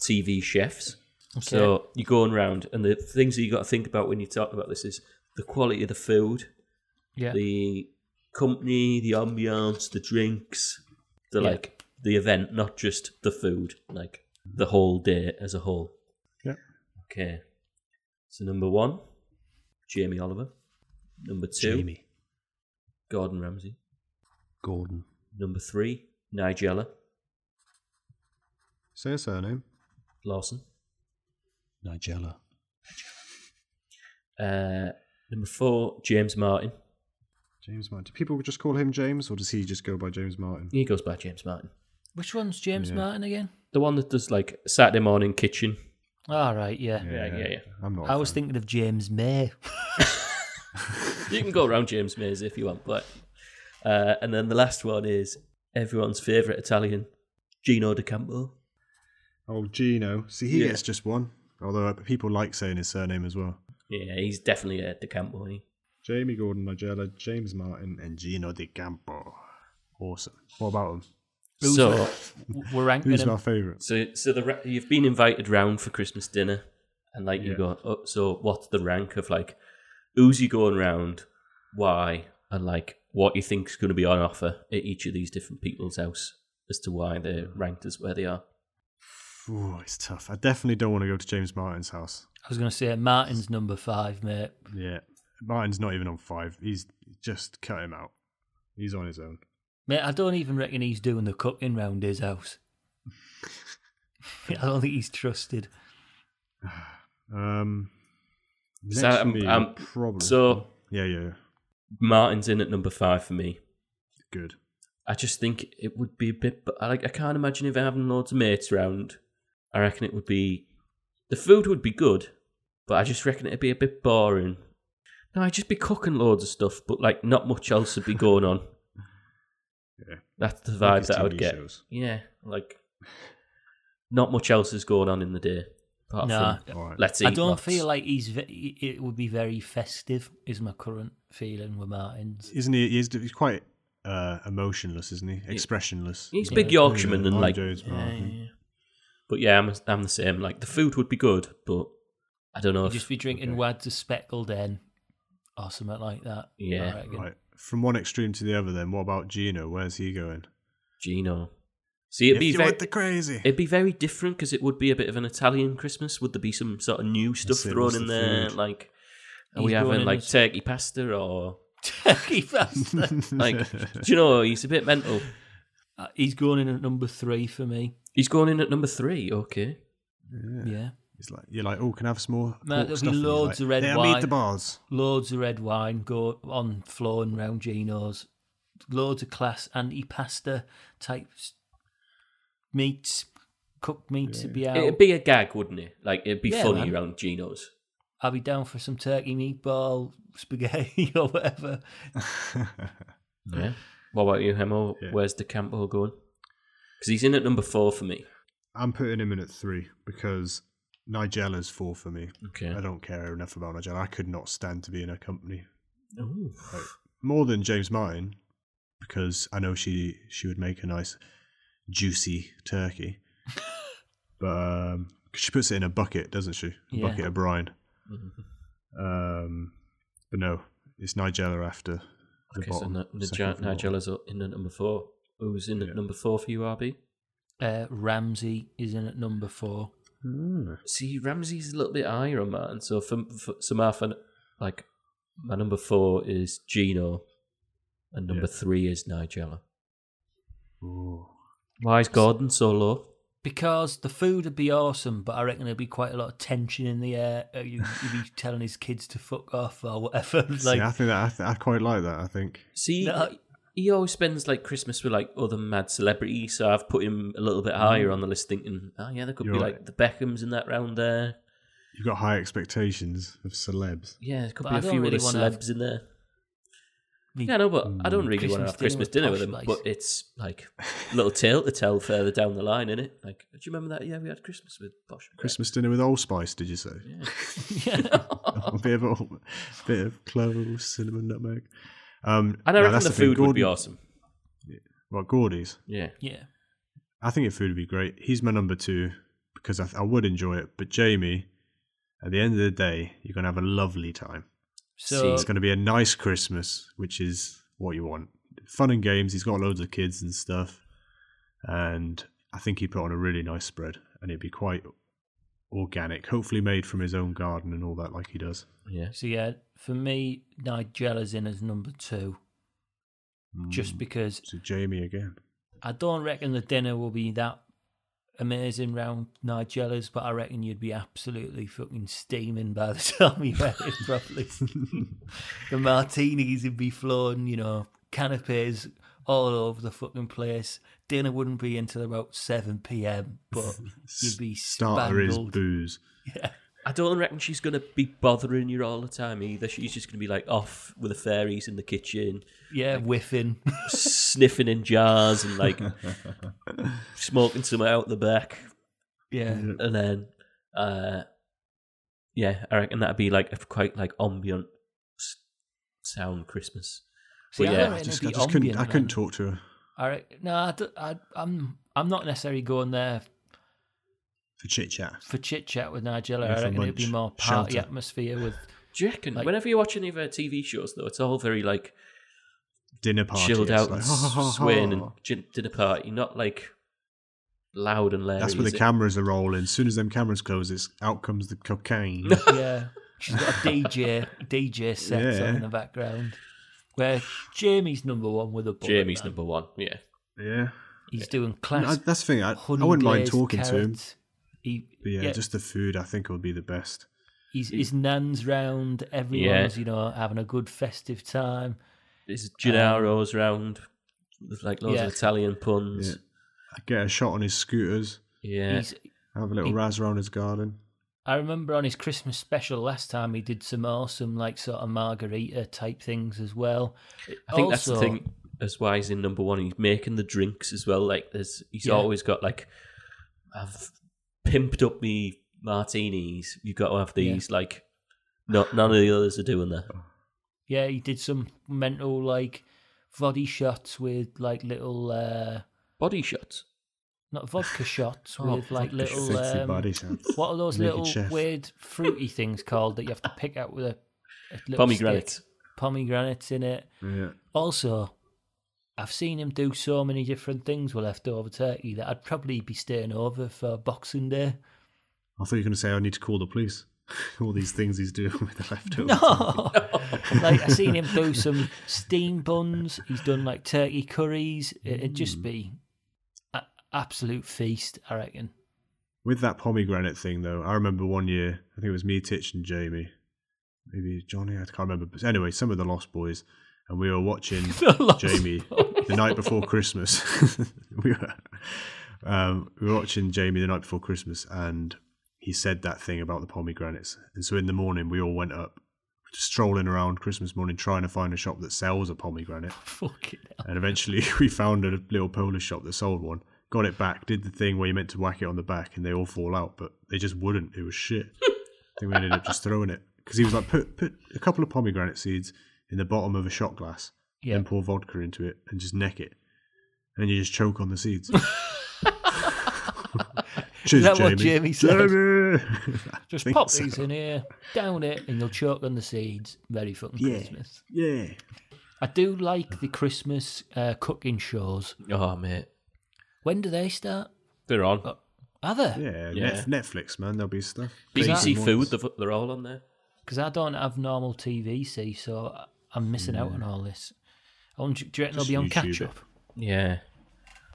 E: TV chefs. So you're going round, and the things that you got to think about when you talk about this is the quality of the food,
C: Yeah.
E: the company, the ambiance, the drinks, the
C: Yeah.
E: like the event, not just the food, like the whole day as a whole.
B: Yeah.
E: Okay. So number one, Jamie Oliver. Number two,
B: Jamie.
E: Gordon Ramsay.
B: Gordon.
E: Number three, Nigella
B: Say her surname.
E: Lawson.
B: Nigella.
E: Uh, number four, James Martin.
B: James Martin. Do people just call him James, or does he just go by James Martin?
E: He goes by James Martin.
C: Which one's James
B: Yeah.
C: Martin again?
E: The one that does like Saturday morning kitchen.
C: All right, yeah.
E: Yeah, yeah, yeah.
B: I'm not.
C: I was thinking of James May.
E: You can go around James Mays if you want, but uh, and then the last one is everyone's favourite Italian, Gino De Campo.
B: Oh, Gino. See, he
E: Yeah.
B: gets just one. Although uh, people like saying his surname as well.
E: Yeah, he's definitely a De Campo. He?
B: Jamie Gordon, Nigella, James Martin, and Gino De Campo. Awesome. What about him?
C: Who's
E: So,
C: We're ranking
B: Who's my
C: him.
B: favourite?
E: so, so the ra- you've been invited round for Christmas dinner, and like you
B: Yeah.
E: go, oh, so what's the rank of like who's you going round, why, and like what you think's going to be on offer at each of these different people's house as to why they're ranked as where they are.
B: Ooh, it's tough. I definitely don't want to go to James Martin's house.
C: I was going to say Martin's number five, mate.
B: Yeah. Martin's not even on five. He's just cut him out. He's on his own.
C: Mate, I don't even reckon he's doing the cooking round his house. I don't think he's trusted.
B: Um, next
E: So,
B: for
E: um,
B: me,
E: um,
B: probably.
E: So
B: yeah, yeah, yeah.
E: Martin's in at number five for me.
B: good.
E: I just think it would be a bit. But I, like, I can't imagine if having loads of mates round. I reckon it would be. The food would be good, but I just reckon it'd be a bit boring. No, I'd just be cooking loads of stuff, but like not much else would be going on.
B: Yeah.
E: That's the vibe
B: Like his
E: that I would
B: TV
E: get.
B: shows.
E: Yeah, like not much else is going on in the day. Apart
C: Nah.
E: from
B: All right.
E: let's eat.
C: I don't
E: lots.
C: feel like he's. Ve- it would be very festive. Is my current feeling with Martin's.
B: Isn't he? He's, he's quite uh, emotionless, isn't he? Expressionless.
E: he's a big
C: Yeah.
E: Yorkshireman and
B: I'm
E: like
B: James Martin.
E: Yeah, yeah. But yeah, I'm I'm the same. Like the food would be good, but I don't know.
C: He'd
E: If,
C: just be drinking wads of speckled en, or something like that.
E: Yeah.
C: I reckon.
B: Right. From one extreme to the other, then what about Gino? Where's he going?
E: Gino. See, it'd
B: if
E: be
B: you
E: very,
B: want the crazy.
E: it'd be very different because it would be a bit of an Italian Christmas. Would there be some sort of new stuff
B: it,
E: thrown
B: what's
E: in
B: the
E: there?
B: food?
E: Like, are
C: He's
E: we
C: going
E: having
C: in
E: like
C: as-
E: turkey pasta or
C: Turkey bastard.
E: like? do you know he's a bit mental?
C: Uh, he's going in at number three for me.
E: He's going in at number three. Okay,
C: Yeah,
B: It's like you're like, oh, can I have some more?
C: No,
B: pork
C: there'll be
B: stuffing?" You're
C: loads
B: like,
C: of red
B: "They'll
C: wine."
B: eat the bars.
C: loads of red wine go on flowing round Gino's. Loads of class anti-pasta types meats, cooked meats would be out.
E: it'd be a gag, wouldn't it? Like it'd be
C: Yeah,
E: funny
C: man.
E: around Gino's.
C: I'll be down for some turkey meatball, spaghetti, or whatever.
E: Yeah. What about you, Hemo?
B: Yeah.
E: Where's the Campbell going? Because he's in at number four for me.
B: I'm putting him in at three because Nigella's four for me.
E: Okay.
B: I don't care enough about Nigella. I could not stand to be in her company
E: Ooh.
B: more than James Martin because I know she she would make a nice juicy turkey, but um, 'cause she puts it in a bucket, doesn't she? A
C: Yeah.
B: bucket of brine. Um, but no, it's Nigella after. The
E: Okay, so
B: bottom,
E: Na-
B: second
E: Nige-
B: from bottom.
E: Nigella's in at number four. Who's in at number four for you, RB?
C: Uh, Ramsey is in at number four.
E: See, Ramsey's a little bit higher on Martin. So for, for so my fin- like my number four is Gino, and number three is Nigella.
B: Ooh.
E: Why is Gordon so low?
C: Because the food would be awesome, but I reckon there'd be quite a lot of tension in the air. Uh, you- You'd be telling his kids to fuck off or whatever.
B: See,
C: like,
B: I think that I, th- I quite like that. I think.
E: See,
C: No.
E: he always spends like Christmas with like other mad celebrities. So I've put him a little bit higher on the list, thinking, oh yeah, there
B: Mm.
E: could
B: You're
E: be
B: right.
E: like the Beckhams in that round there.
B: You've got high expectations of celebs.
E: Yeah, there could
C: But
E: be
C: I
E: a
C: don't
E: few
C: really
E: other
C: wanna
E: celebs
C: have-
E: in there.
C: the-
E: Yeah, no, but I don't really want
C: Christmas
E: to have
C: dinner
E: Christmas
C: with
E: dinner
C: posh
E: with him.
C: lights.
E: But it's like a little tale to tell further down the line, innit? Like, do you remember that? Yeah, we had Christmas with Posh. and Brett."
B: Christmas dinner with allspice, did you say? a bit of all, bit of cloves, cinnamon, nutmeg. Um,
E: And I
B: no,
E: reckon
B: that's
E: the
B: thing,
E: food would be
B: Gordon-
E: awesome.
B: Well, Gordy's.
E: Yeah.
C: yeah.
B: I think the food would be great. He's my number two because I, I would enjoy it. But Jamie, at the end of the day, you're gonna have a lovely time.
C: So
B: It's going to be a nice Christmas, which is what you want. Fun and games. He's got loads of kids and stuff. And I think he put on a really nice spread and it'd be quite organic, hopefully made from his own garden and all that, like he does.
E: Yeah.
C: So yeah, for me, Nigella's in as number two, just because
B: Mm. So, Jamie again.
C: I don't reckon the dinner will be that amazing round Nigella's, but I reckon you'd be absolutely fucking steaming by the time you've had it properly. the martinis would be flowing, you know, canapes all over the fucking place. Dinner wouldn't be until about 7 p.m., but you'd be
B: Starter is
C: spangled.
B: booze.
E: I don't reckon she's going to be bothering you all the time either. She's just going to be like off with the fairies in the kitchen,
C: Yeah, whiffing.
E: sniffing in jars and like smoking some out the back.
C: yeah.
E: And then, uh, yeah, I reckon that'd be like a quite like ambient s- sound Christmas.
C: See,
E: Well,
C: I
E: yeah,
C: don't
E: I
B: I
C: reckon
B: just, I
C: it'd be
B: just couldn't, I
C: ambient,
B: couldn't
C: man.
B: talk to her.
C: All right. No, I d- I, am I'm not necessarily going there
B: for chit chat.
C: for chit chat with Nigella.
B: Yeah,
C: I
B: for
C: reckon it'd be
B: lunch,
C: more party
B: shelter.
C: atmosphere with.
E: Do you reckon?
C: Like-
E: whenever you watch any of her TV shows, though, it's all very like
B: Dinner party.
E: chilled
B: it's
E: out
B: like,
E: and
B: "Ha, ha, ha, ha."
E: swaying and gin- dinner party, not like loud and loud.
B: That's where the cameras are rolling. As soon as them cameras close, it's out comes the cocaine.
C: Yeah, she's got a DJ DJ set
B: Yeah.
C: on in the background. Where Jamie's number one with a bullet,
E: Jamie's
C: man.
E: number one. Yeah.
B: yeah,
C: He's doing
B: I,
C: class.
B: that's the thing. I, I
C: honey
B: wouldn't mind
C: glazed
B: talking to him,
C: carrots. He,
B: but yeah,
C: yeah,
B: just the food. I think would be the best.
C: he's, his nan's round. Everyone's you know having a good festive time.
E: There's Gennaro's round with like loads
C: yeah.
E: of Italian puns.
B: I get a shot on his scooters.
E: Yeah.
C: He's
B: Have a little
C: He-
B: razz around his garden.
C: I remember on his Christmas special last time he did some awesome like sort of margarita type things as well.
E: I think that's the
C: Also-
E: thing as why he's in number one. He's making the drinks as well. Like there's he's
C: Yeah.
E: always got like I've pimped up me martinis. You've got to have
C: Yeah.
E: these like not none of the others are doing that.
C: Yeah, he did some mental like body shots with like little uh
E: Body shots.
C: not vodka shots
E: Oh,
C: with like
E: vodka
C: little
B: Sexy
C: um,
B: body shots.
C: what are those
B: Naked
C: little
B: chef.
C: weird fruity things called that you have to pick out with a, a little
E: Pomegranates.
C: stick? Pomegranates in it.
B: yeah.
C: Also, I've seen him do so many different things with leftover turkey that I'd probably be staying over for Boxing Day.
B: I thought you were going to say I need to call the police. All these things he's doing with the leftovers.
C: No. like I've seen him do some steam buns. He's done like turkey curries. It, it'd just be a, absolute feast, I reckon.
B: With that pomegranate thing, though, I remember one year, I think it was me, Titch, and Jamie. Maybe Johnny, I can't remember. But anyway, some of the Lost Boys, and we were watching Jamie the night before Christmas. we, were, um, we were watching Jamie the night before Christmas, and he said that thing about the pomegranates. And so in the morning, we all went up, strolling around Christmas morning, trying to find a shop that sells a pomegranate.
C: Fucking hell.
B: And eventually we found a little Polish shop that sold one. Got it back, did the thing where you meant to whack it on the back and they all fall out, but they just wouldn't. It was shit. I think we ended up just throwing it. Because he was like, put put a couple of pomegranate seeds in the bottom of a shot glass,
C: Yeah.
B: then pour vodka into it and just neck it. And you just choke on the seeds. Cheers,
C: Is that
B: Jamie.
C: what Jamie said?
B: Jamie!
C: Just
B: think
C: pop
B: so.
C: these in here, down it, and you'll choke on the seeds. Very fucking
B: Yeah.
C: Christmas.
B: yeah.
C: I do like the Christmas uh, cooking shows.
E: Oh mate.
C: When do they start?
E: They're on.
C: Are they?
B: Yeah,
E: Yeah.
B: Net- Netflix, man. There'll be stuff.
E: BBC
B: Decent
E: Food,
B: ones.
E: they've- they're all on there.
C: Because I don't have normal TVC, so I- I'm missing out on all this. I wonder, do you reckon
B: Mm. Just
C: they'll be on
B: YouTube it.
C: catch up?
E: Yeah.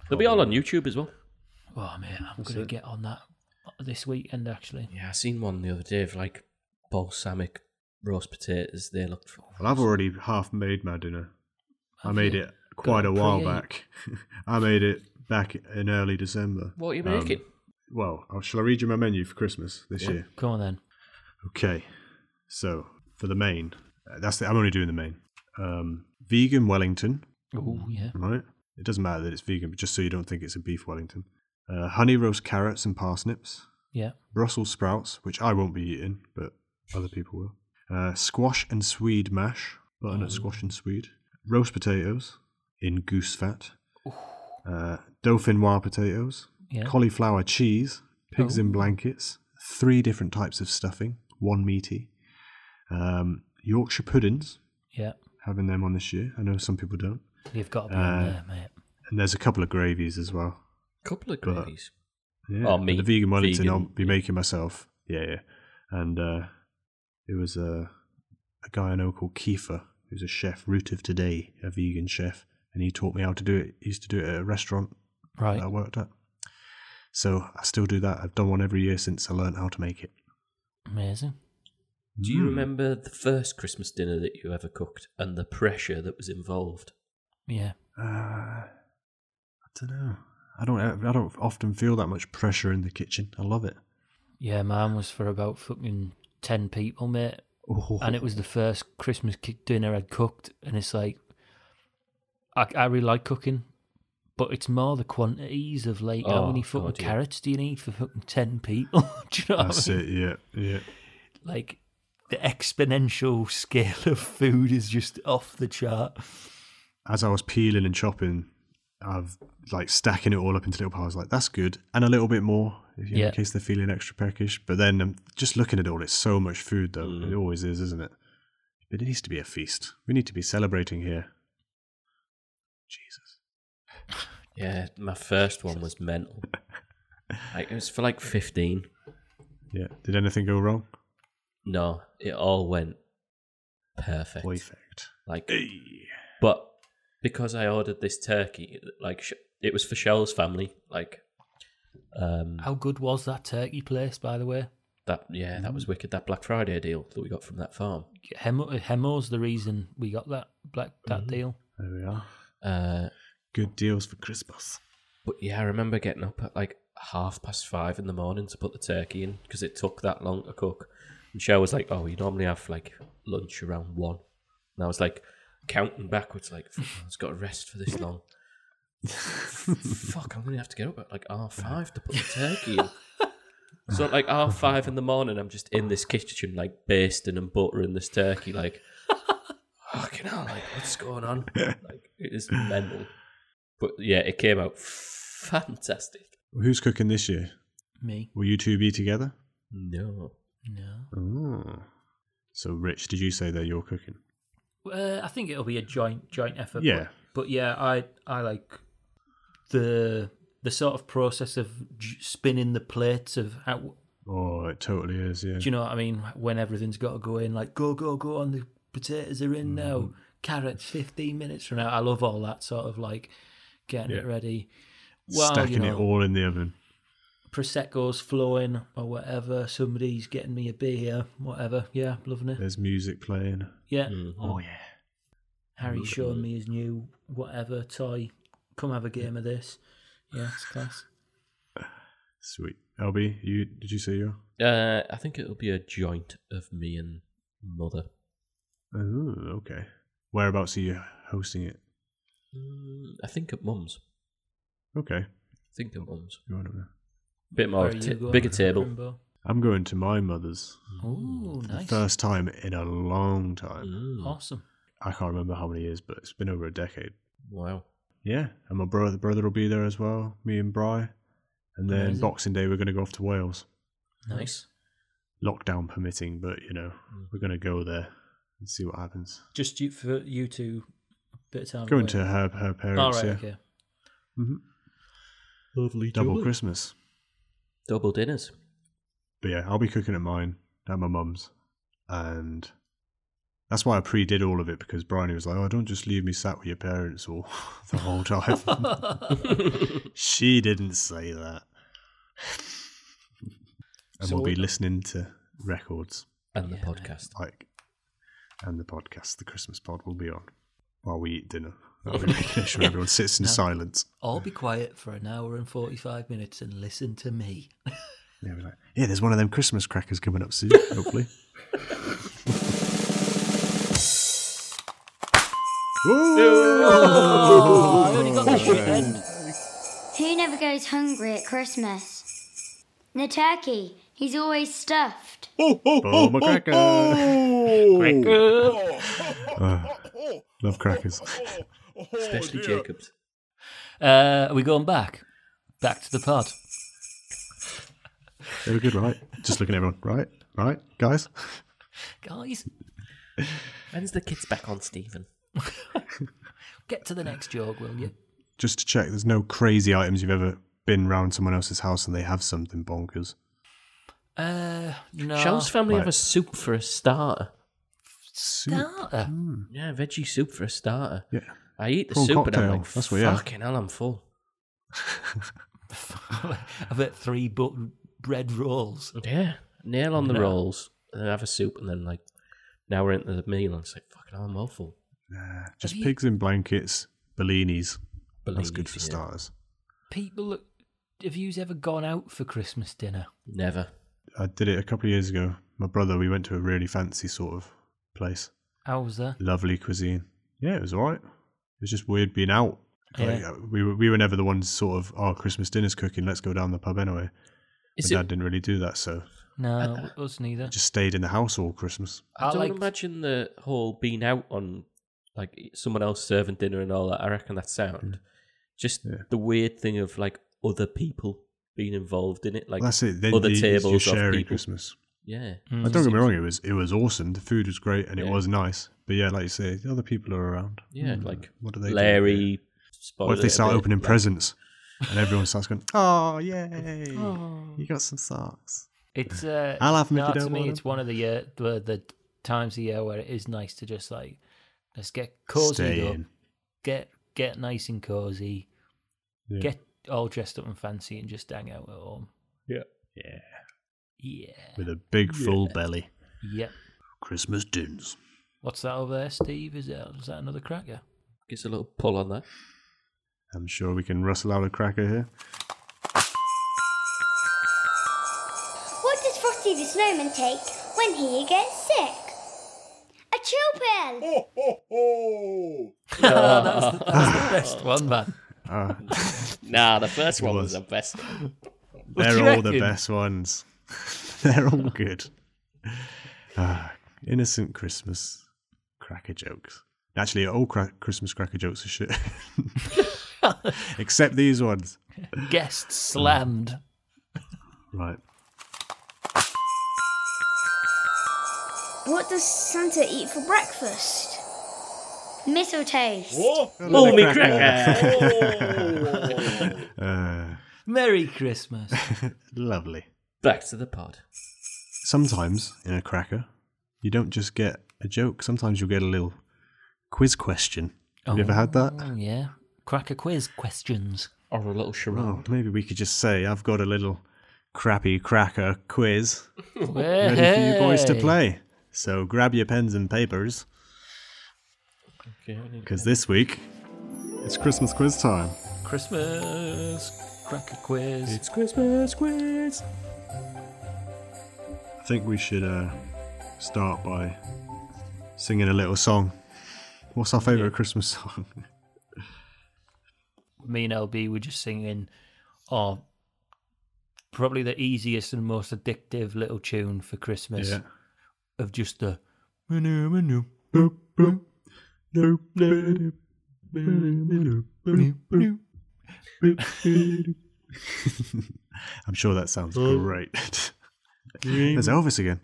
E: They'll be all on YouTube as well.
C: Oh man, I'm gonna get on that this weekend actually.
E: Yeah, I seen one the other day of like balsamic roast potatoes. They looked for
B: Well, I've already half made my dinner. I
C: Have
B: made
C: you?
B: it quite
C: Got
B: a
C: it
B: while
C: pre-ate?
B: back. I made it back in early December.
E: What are you
B: Um,
E: making?
B: well, I'll- shall I read you my menu for Christmas this year?
C: Come on then.
B: Okay. So, for the main, uh, that's the, I'm only doing the main. Um, vegan Wellington, Mm.
C: Oh yeah.
B: right? It doesn't matter that it's vegan, but just so you don't think it's a beef Wellington. Uh, honey roast carrots and parsnips.
C: Yeah.
B: Brussels sprouts, which I won't be eating, but other people will. Uh, squash and swede mash, butternut squash and swede. Roast potatoes in goose fat. Uh, dauphinoise potatoes.
C: Yeah.
B: Cauliflower cheese. Pigs in blankets. Three different types of stuffing, one meaty. Um, Yorkshire puddings,
C: Yeah,
B: having them on this year. I know some people don't.
C: you've got to be on
B: Uh,
C: there, mate.
B: And there's a couple of gravies as well.
E: Couple of
B: But-
E: gravies.
B: Yeah,
E: Oh,
B: and
E: meat,
B: the vegan Wellington
E: vegan,
B: I'll be
E: yeah.
B: making myself. Yeah, yeah. And uh, it was a a guy I know called Kiefer, who's a chef, root of today, a vegan chef, and he taught me how to do it. He used to do it at a restaurant
C: Right.
B: that I worked at. So I still do that. I've done one every year since I learned how to make it.
C: Amazing.
E: Do you
B: Mm.
E: remember the first Christmas dinner that you ever cooked and the pressure that was involved?
C: Yeah.
B: Uh, I don't know. I don't. I don't often feel that much pressure in the kitchen. I love it.
C: Yeah, mine was for about fucking 10 people, mate.
B: Oh,
C: And it was the first Christmas ki- dinner I'd cooked. And it's like, I, I really like cooking, but it's more the quantities of like, how
E: Oh,
C: many fucking
E: God, yeah.
C: carrots do you need for fucking 10 people? do you know what
B: That's
C: I mean?
B: it. Yeah, yeah.
C: Like, the exponential scale of food is just off the chart.
B: as I was peeling and chopping, I've like stacking it all up into little piles. Like that's good, and a little bit more if you know,
C: Yeah.
B: in case they're feeling extra peckish. But then um, just looking at it all, it's so much food though. It always is, isn't it? But it needs to be a feast. We need to be celebrating here. Jesus.
E: Yeah, my first one was mental. like, it was for like 15.
B: Yeah. Did anything go wrong?
E: No, it all went perfect.
B: Perfect.
E: Like, but because I ordered this turkey, like sh- it was for Shell's family. Like, um,
C: How good was that turkey place, by the way?
E: that yeah, that was wicked. That Black Friday deal that we got from that farm.
C: Hemo, Hemo's the reason we got that black that deal.
B: There we are.
E: Uh,
B: Good deals for Christmas.
E: but yeah, I remember getting up at like half past five in the morning to put the turkey in because it took that long to cook. And Shell was like, "Oh, you normally have like lunch around one," and I was like counting backwards, like, "Fuck, "It's got to rest for this long." Fuck, I'm gonna have to get up at like half five to put the turkey in. So at, like half five in the morning, I'm just in this kitchen, like basting and buttering this turkey, like, fucking hell, like what's going on? Like it is mental. But yeah, it came out fantastic.
B: Who's cooking this year?
C: Me?
B: Will you two be together?
E: No,
C: No.
B: Oh. So, Rich, did you say that you're cooking?
C: Uh, I think it'll be a joint joint effort.
B: Yeah.
C: But, but yeah, I I like the the sort of process of j- spinning the plates of how do
B: Oh, it totally is. Yeah.
C: you know what I mean? When everything's got to go in, like go go go, and the potatoes are
B: Mm-hmm.
C: in now. Carrots, fifteen minutes from now. I love all that sort of like getting it
B: Yeah.
C: ready. Well,
B: Stacking
C: you know,
B: it all in the oven.
C: prosecco's flowing or whatever. Somebody's getting me a beer, whatever. Yeah, loving it.
B: There's music playing.
C: Yeah,
B: Oh yeah.
C: Harry's showing me his new whatever toy. Come have a game of this. Yeah, it's class.
B: Sweet. LB, you did you say you?
E: uh, I think it'll be a joint of me and mother.
B: Oh, okay. Whereabouts are you hosting it?
E: Mm, I think at mum's.
B: Okay.
E: I think at mum's.
B: You want to know?
E: Bit
B: Oh,
E: more,
C: Where
E: of
C: are
E: t-
C: you going,
E: bigger table.
C: Rimbo?
B: I'm going to my mother's.
C: Ooh,
B: for
C: Oh, nice.
B: The first time in a long time.
E: Mm,
C: Awesome.
B: I can't remember how many years, but it's been over a decade.
E: wow.
B: Yeah, and my brother brother will be there as well. Me and Bry, and then
C: Amazing.
B: Boxing Day we're going to go off to Wales,
C: Nice.
B: lockdown permitting. But you know,
C: Mm.
B: we're going to go there and see what happens.
C: Just you, for you two, a bit of time.
B: Going
C: away.
B: to her her parents.
C: Oh, All right,
B: yeah.
C: okay.
E: Lovely
B: Double Christmas.
E: Double dinners.
B: But yeah, I'll be cooking at mine, at my mum's. And that's why I pre did all of it because Bryony was like, oh, don't just leave me sat with your parents all the whole time. she didn't say that. and
E: So
B: we'll be
E: what-
B: listening to records
E: And the podcast.
B: like, and the podcast, the Christmas pod will be on while we eat dinner. I'll be making sure everyone sits in silence.
C: All be quiet for an hour and 45 minutes and listen to me.
B: Yeah, we're like, yeah, there's one of them Christmas crackers coming up soon, hopefully.
C: I only got the shit end.
D: Who never goes hungry at Christmas? The turkey. He's always stuffed.
B: Boom, a Oh, cracker. Ah, Love crackers.
C: Oh,
E: Especially Jacob's.
C: Uh, are we going back? Back to the pod.
B: They were good, right? Just looking at everyone. Right? Right? Guys?
C: Guys,
G: When's the kids back on Stephen?
C: Get to the next joke, will you?
B: Just to check, there's no crazy items you've ever been round someone else's house and they have something bonkers.
C: Uh, no.
G: Shell's family have
B: Right.
G: a soup for a starter.
C: Starter.
G: Yeah, veggie soup for a starter.
B: Yeah.
G: I eat the
B: Prawn
G: soup and I'm
B: cocktail,
G: like,
B: that's what you have.
G: fucking hell, I'm full.
C: I've got three bu- bread rolls.
G: Yeah, nail on the
C: No.
G: rolls and then have a soup and then like, now we're into the meal and it's like, fucking hell, I'm well full.
B: Nah, just
C: you-
B: pigs in blankets, Bellinis. That's good
G: Bellinis,
B: for
G: yeah.
B: starters.
C: People, that- have you ever gone out for Christmas dinner?
G: Never.
B: I did it a couple of years ago. My brother, we went to a really fancy sort of place.
C: How was that?
B: Lovely cuisine. Yeah, it was all right. It was just weird being out. Like,
C: Yeah.
B: uh, we, were, we were never the ones sort of, oh, Christmas dinner's cooking, let's go down the pub anyway.
G: Is
B: My
G: it,
B: dad didn't really do that, so
C: No, us neither.
B: just stayed in the house all Christmas.
G: I
C: I
G: don't
C: liked-
G: imagine the whole being out on like e, someone else serving dinner and all that. I reckon that sound. Just the weird thing of like other people being involved in it, like
B: That's it. Then
G: other
B: you- you're
G: tables of
B: sharing
G: people.
B: Christmas.
G: Yeah,
C: Mm.
B: Like, don't get me wrong, it was it was awesome. The food was great and it
G: Yeah.
B: was nice. But yeah, like you say, the other people are around.
G: yeah,
B: Hmm,
G: like
B: what do they do? Yeah.
G: Larry.
B: What if they
G: Spoiler
B: start
G: alert,
B: opening
G: like-
B: presents and everyone starts going, "Oh, yay! You got some socks."
C: It's uh,
B: I'll have
C: no,
B: Mickey
C: to
B: Dome
C: me,
B: on
C: it's
B: it.
C: one of the year the, the times of year where it is nice to just like let's get cozy
B: Stay
C: up,
B: in.
C: get get nice and cozy,
B: Yeah.
C: get all dressed up and fancy and just hang out at home.
B: Yeah. Yeah.
C: Yeah.
B: With a big full belly.
C: Yep.
B: Christmas dinners.
C: What's that over there, Steve? Is that is that another cracker?
G: Gives a little pull on that.
B: I'm sure we can rustle out a cracker here.
D: What does Frosty the Snowman take when he gets sick? A chill pill.
A: Ho, ho, ho.
C: Best one, man.
G: Nah, the first one
B: was.
G: was the best.
C: do
B: They're
C: you
B: all the
C: reckon?
B: best ones. They're all good. Ah, innocent Christmas cracker jokes. Actually, all cra- Christmas cracker jokes are shit, except these ones.
C: Guest slammed.
B: Right.
F: What does Santa eat for breakfast?
D: Mistletoe.
A: Ho,
G: Holy cracker!
A: ho.
B: Uh,
C: Merry Christmas.
B: lovely.
G: Back to the pod.
B: Sometimes in a cracker, you don't just get a joke. Sometimes you'll get a little quiz question. Have you ever had that?
C: Oh, yeah. Cracker quiz questions.
G: Or a little
B: Well,
G: charade.
B: Oh, maybe we could just say I've got a little crappy cracker quiz.
C: Ready
B: ready for you boys to play. So grab your pens and papers,
G: Okay, I need-
B: because this week it's Christmas quiz time.
C: Christmas cracker quiz.
G: It's Christmas quiz.
B: I think we should uh, start by singing a little song. What's our favourite Christmas song?
C: me and LB were just singing, oh, probably the easiest and most addictive little tune for Christmas of just the.
B: I'm sure that sounds great. There's Elvis again.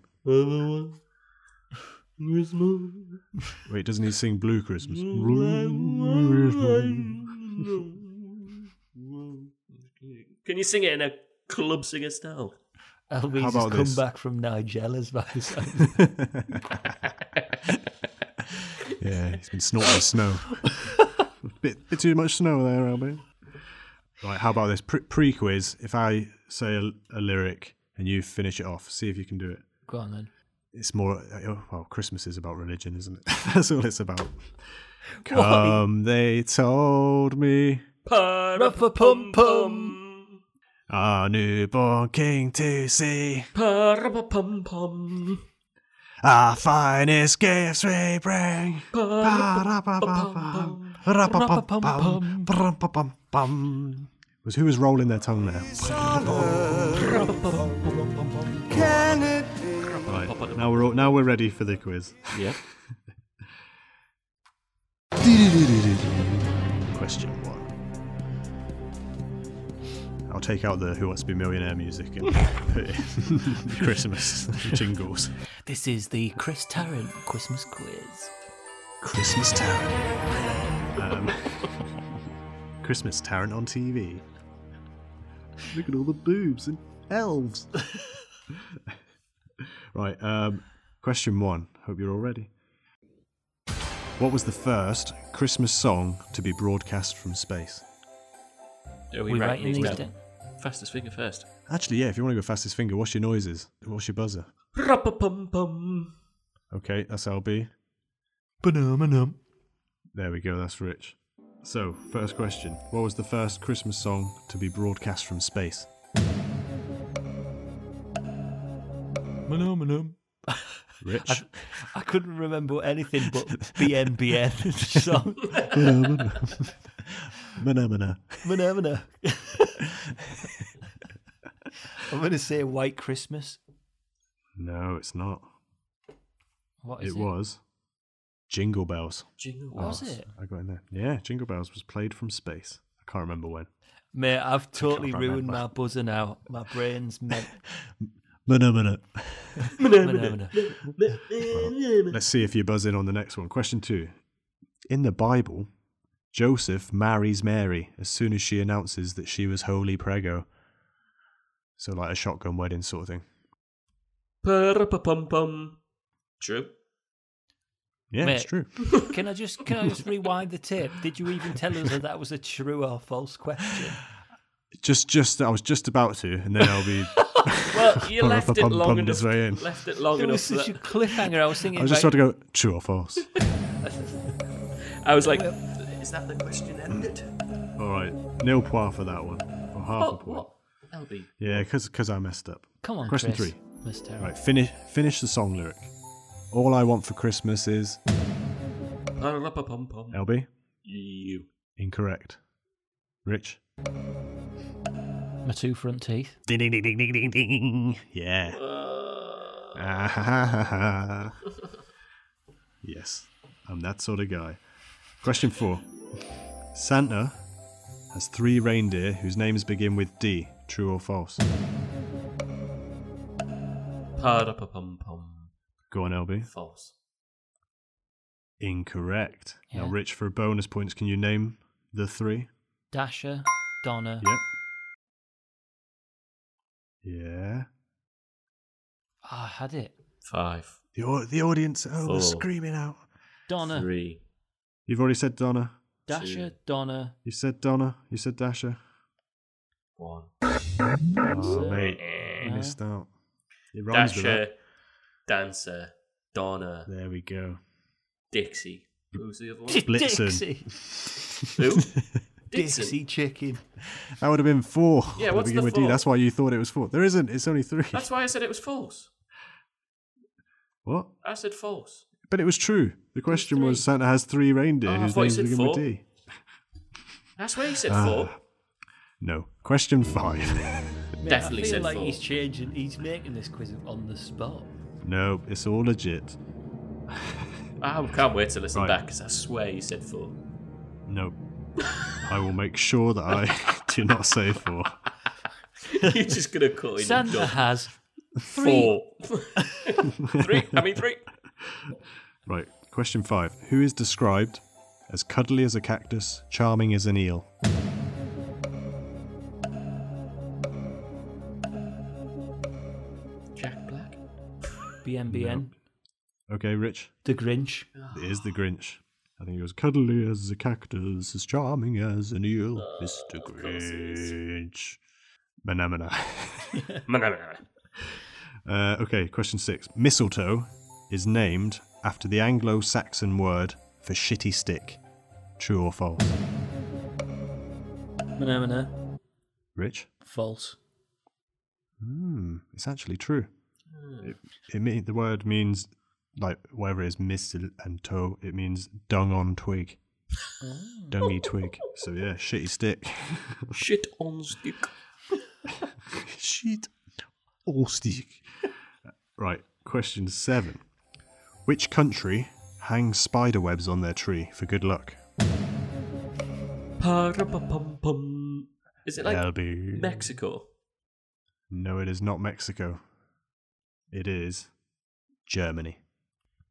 B: Wait, doesn't he sing Blue Christmas?
G: Can you sing it in a club singer style?
B: How
C: LB's
B: about
C: has come
B: this?
C: back from Nigella's by the sound.
B: Yeah, he's been snorting snow. bit, bit too much snow there, Albie. Right, how about this Pre- pre-quiz? If I say a, a lyric and you finish it off, see if you can do it.
C: Go on then.
B: It's more uh, well, Christmas is about religion, isn't it? That's all it's about. Come, they told me
C: Pum pum.
B: our newborn king to see.
G: Pum pum.
B: Our finest gifts we bring. Was who was rolling their tongue there? Right, now we're all, now we're ready for the quiz.
G: Yep.
B: Question one. I'll take out the Who Wants to Be a Millionaire music and put in Christmas jingles.
C: This is the Chris Tarrant Christmas quiz.
B: Christmas Tarrant. Um, Christmas Tarrant on TV. Look at all the boobs and elves. right, um, question one. Hope you're all ready. What was the first Christmas song to be broadcast from space?
E: Are
C: We writing these
E: down?
C: down?
E: Fastest finger first.
B: Actually, yeah, if you want to go fastest finger, what's your noises? What's your buzzer?
E: Ra-pa-pum-pum.
B: Okay, that's LB. Banum. There we go, that's rich. So, first question. What was the first Christmas song to be broadcast from space? Rich.
C: I couldn't remember anything but BNBN song.
B: Manamana.
C: Manamana. I'm going to say White Christmas.
B: No, it's not.
C: What
B: It,
C: Oh, is it?
B: was Jingle Bells.
E: Jingle
C: Was
E: bells.
C: it?
B: I got in there. Yeah, Jingle Bells was played from space. I can't remember when.
C: Mate, I've totally
B: can't
C: ruined
B: remember.
C: my buzzer now. My brain's meant.
B: Manamana.
C: Manamana.
B: Let's see if you buzz in on the next one. Question two. In the Bible, Joseph marries Mary as soon as she announces that she was holy prego. So, like a shotgun wedding sort of thing.
E: Ra-pa-pum-pum. True.
B: Yeah,
C: Mate.
B: it's true.
C: Can I just can I just rewind the tape? Did you even tell us that that was a true or false question?
B: Just, just, I was just about to, and then I'll be.
E: Well, you left it long
B: Ra-pa-pum-pum
E: enough.
B: his way in.
E: Left it long
C: It
E: enough.
C: was
E: so
C: such a
E: that-
C: cliffhanger. I was thinking.
B: I was just
C: right,
B: about to go true or false.
E: I was like, is that the question ended?
B: All right, nil point for that one, or half a
E: Oh,
B: point.
E: what? LB.
B: Yeah, because I messed up.
C: Come on,
B: Question
C: Chris,
B: three.
C: Mr.
B: All right, finish, finish the song lyric. All I want for Christmas is
E: Ra-pa-pum-pum.
B: LB.
E: You.
B: Incorrect. Rich.
C: My two front teeth.
B: Ding ding ding ding ding ding ding. Yeah. Ah, ha, ha, ha, ha. yes, I'm that sort of guy. Question four. Santa has three reindeer whose names begin with D. True or false?
E: Pa-ra-pa-pum-pum.
B: Go on, LB.
E: False.
B: Incorrect. Now,
C: Yeah.
B: Rich, for bonus points, can you name the three?
C: Dasher, Donna,
B: Yep. Yeah.
C: Ah, I had it.
E: Five.
B: The, au- the audience at home are
E: Four.
B: screaming out.
C: Donna,
E: Three.
B: Oh. You've already said Donna.
C: Dasher,
E: two.
C: Donna.
B: You said Donna. You said Dasher.
E: One.
B: Oh,
C: Sir.
B: mate.
E: Eh.
B: You missed out. It rhymes with
E: Dasher. Dancer. Donna.
B: that. There we go.
E: Dixie. Who's the other one?
B: Blitzen.
C: Dixie,
E: Who?
C: Dixie
E: Dixon.
C: chicken.
B: That would have been four.
E: Yeah,
B: to
E: what's
B: begin
E: the
B: with
E: four?
B: That's why you thought it was four. There isn't. It's only three.
E: That's why I said it was false.
B: What?
E: I said false.
B: But it was true. The question was
E: three.
B: Santa has three reindeer
E: Oh, I
B: whose
E: thought you
B: names
E: said
B: begin with
E: four.
B: D.
E: That's why you said
B: Ah.
E: four.
B: No. Question five.
C: Mate,
E: Definitely
C: I feel
E: said
C: like
E: four.
C: he's changing. He's making this quiz on the spot.
B: no, it's all legit.
E: I can't wait to listen
B: Right.
E: back because I swear you said four.
B: No. I will make sure that I do not say four.
E: You're just gonna cut in and
C: Santa
E: done.
C: has
E: four. three. I mean three.
B: Right. Question five. Who is described as cuddly as a cactus, charming as an eel?
E: Jack Black.
C: BNBN.
B: Okay, Rich.
C: The Grinch.
B: It is the Grinch. I think he goes, cuddly as a cactus, as charming as an eel, Mr. Grinch. Manamana. uh, okay, question six. Mistletoe is named after the Anglo Saxon word for shitty stick. True or false?
C: Manamana.
B: Rich?
C: False.
B: Hmm, it's actually true. It, it mean, the word means, like, whatever it is, mistle and toe, it means dung on twig. Dungy twig. So, yeah, shitty stick.
E: Shit on stick.
B: Shit. All stick. Right, question seven. Which country hangs spider webs on their tree for good luck?
E: Pa-ra-pa-pum-pum. Is it like
B: That'll be
E: Mexico?
B: No, it is not Mexico. It is Germany.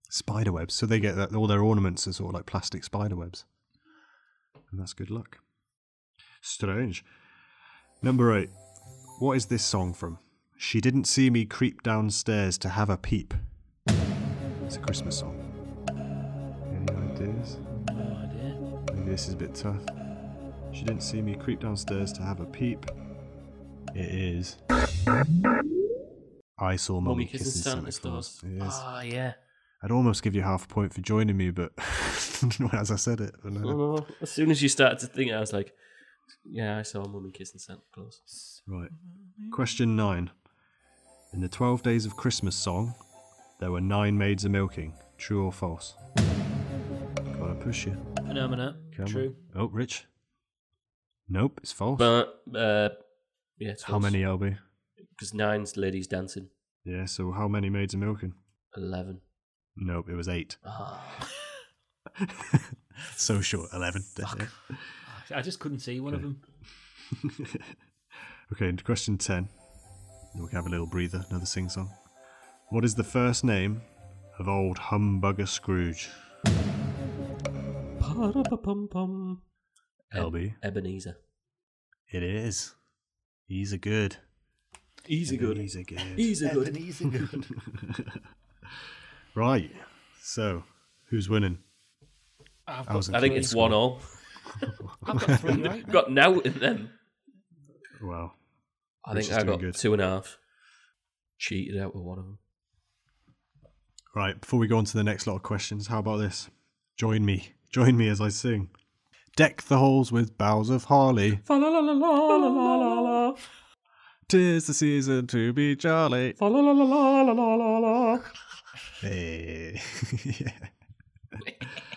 B: Spider webs. So they get that, all their ornaments are sort of like plastic spider webs. And that's good luck. Strange. Number eight. What is this song from? She didn't see me creep downstairs to have a peep. It's a Christmas song. Any ideas?
C: No idea.
B: Maybe this is a bit tough. She didn't see me creep downstairs to have a peep. It is. I saw
E: Mummy
B: Mummy
E: kissing
B: kissing Santa,
E: Santa's
B: Claus.
E: doors.
B: It is.
C: Ah, yeah.
B: I'd almost give you half a point for joining me, but as I said it, but
C: Uh-huh.
B: no.
E: Oh, as soon as you started to think, I was like, yeah, I saw Mummy kissing Santa Claus.
B: Right. Question nine. In the 12 Days of Christmas song, there were nine maids a milking. True or false? Gotta push you.
C: Phenomena.
B: Come on.
C: True.
B: Oh, Rich. Nope, it's false.
E: But, uh, yeah, it's
B: How many, LB?
E: Because nine's ladies dancing.
B: Yeah, so how many maids are milking?
E: Eleven.
B: Nope, it was eight.
E: Ah,
B: so short, 11.
C: I just couldn't see one of them.
B: okay, and question 10. We'll have a little breather, another sing song. What is the first name of old Humbugger Scrooge?
E: Pa-da-pa-pum-pum.
B: LB.
E: Ebenezer.
B: It is. He's a good.
E: Easy good.
B: He's a good.
E: Easy good.
B: right, so who's winning?
C: I've
B: I wasn't
E: I think
B: keeping
E: it's
B: score.
E: one all.
C: I've got three right.
E: Got now in them.
B: Well,
E: I
B: Rich
E: think
B: is
E: I
B: doing
E: got
B: good.
E: two and a half. Cheated out with one of them.
B: Right, before we go on to the next lot of questions, how about this? Join me. Join me as I sing. Deck the halls with boughs of holly. Tis the season to be jolly. Hey. Yeah.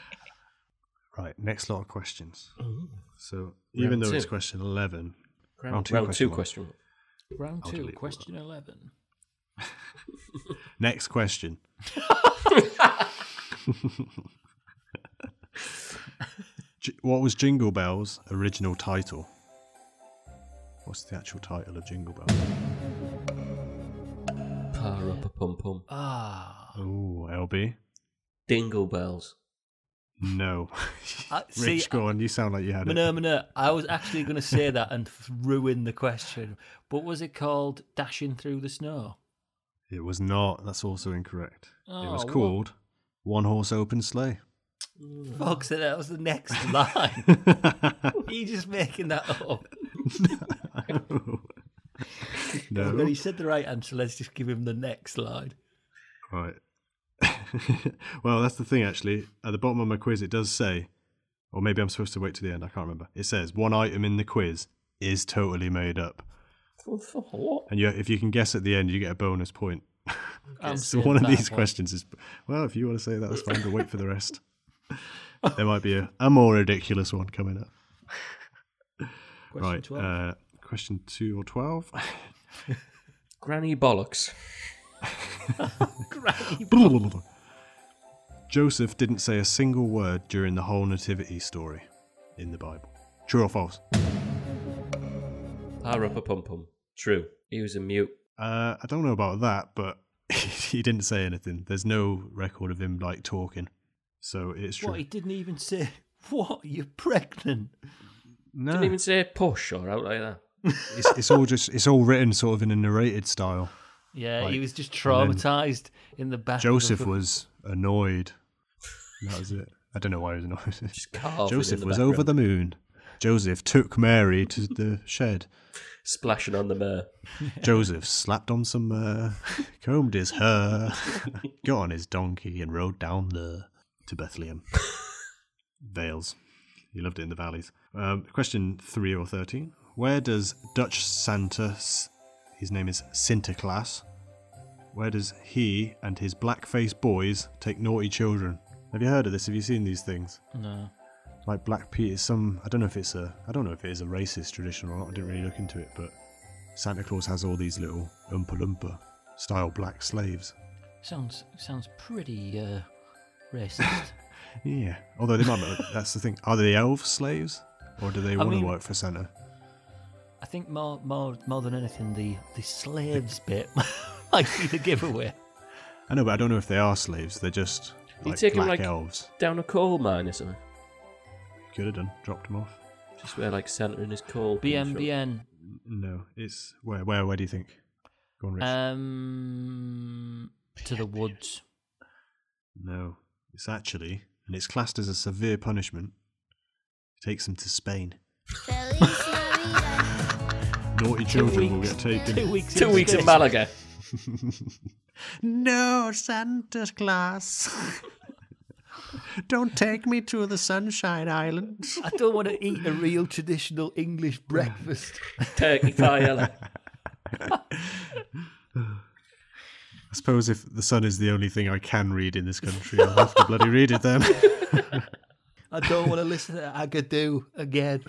B: right, next lot of questions. So, even
E: Round
B: though
E: two.
B: it's question 11,
E: Round
B: two
E: round
B: question
E: two
B: one.
E: question. one.
C: Round
B: I'll
C: two,
B: delete all
C: question 11.
B: next question. J- what was Jingle Bell's original title? What's the actual title of Jingle Bells?
E: Pa-ra-pa-pum-pum.
C: Ah.
B: Oh, LB?
E: Dingle bells.
B: No.
C: I-
B: Rich,
C: Uh, see,
B: go on. You sound like you had it.
C: Phenomena. I was actually going to say that and ruin the question. But was it called Dashing Through the Snow?
B: It was not. That's also incorrect. it was
C: Oh, what-
B: called One Horse Open Sleigh.
C: Fuck, so that was the next line. you just making that up. And then
B: no.
C: he said the right answer. Let's just give him the next line.
B: Right. well, that's the thing, actually. At the bottom of my quiz, it does say, or maybe I'm supposed to wait to the end. I can't remember. It says, one item in the quiz is totally made up.
E: For, for what?
B: And you, if you can guess at the end, you get a bonus point.
C: I'm
B: So
C: saying
B: one of
C: that
B: these questions is, well, if you want to say that, that's fine, but wait for the rest. there might be a, a more ridiculous one coming up.
C: Question
B: right.
C: 12.
B: Uh, question two or 12.
E: Granny bollocks.
B: Joseph didn't say a single word during the whole nativity story in the Bible. True or false?
E: Pa-ra-pa-pum-pum. True. He was a mute.
B: Uh, I don't know about that, but he didn't say anything. There's no record of him like talking, so it's true.
C: What, he didn't even say, What, you're pregnant?
B: no,
E: Didn't even say push or out like that.
B: it's, it's all just it's all written sort of in a narrated style.
C: Yeah, he
B: Like,
C: was just
B: and then
C: traumatized in the back. of a
B: Joseph
C: fu-
B: was annoyed. That was it. I don't know why he was annoyed.
E: Just carving in
B: Joseph
E: the
B: was
E: background.
B: over the moon. Joseph took Mary to the shed.
E: Splashing on the mare.
B: Joseph slapped on some uh, combed his hair, got on his donkey, and rode down the to Bethlehem. Vales. He loved it in the valleys. Um, question three or thirteen. Where does Dutch Santa, S- his name is Sinterklaas, where does he and his black-faced boys take naughty children? Have you heard of this? Have you seen these things?
C: No.
B: like Black Pete is some I don't know if it's a I don't know if it is a racist tradition or not. I didn't really look into it, but Santa Claus has all these little Oompa Loompa style black slaves.
C: Sounds sounds pretty uh, racist.
B: Yeah. Although they might not, that's the thing. Are they elf slaves or do they want
C: mean-
B: to work for Santa?
C: I think more, more, more than anything, the the slaves bit might be the giveaway.
B: I know, but I don't know if they are slaves. They're just
G: You
B: like
G: take 'em,
B: black
G: like-
B: elves.
G: Down a coal mine or something.
B: Could have done. Dropped them off.
G: Just where like Santa and his coal. comes from.
C: BMBN.
B: No, it's where? Where? Where do you think? Go on, Rich.
G: Uh,
C: Um, to the woods.
B: no, it's actually, and it's classed as a severe punishment. Takes them to Spain.
D: Feliz Navidad.
B: Naughty children will
C: weeks.
B: get taken.
C: Two weeks.
G: Two weeks in Malaga.
B: No, Santa Claus. Don't take me to the Sunshine Island.
C: I don't want to eat a real traditional English breakfast.
G: Turkey paella.
B: I suppose if the sun is the only thing I can read in this country, I'll have to bloody read it then.
C: I don't want to listen to Agadoo again.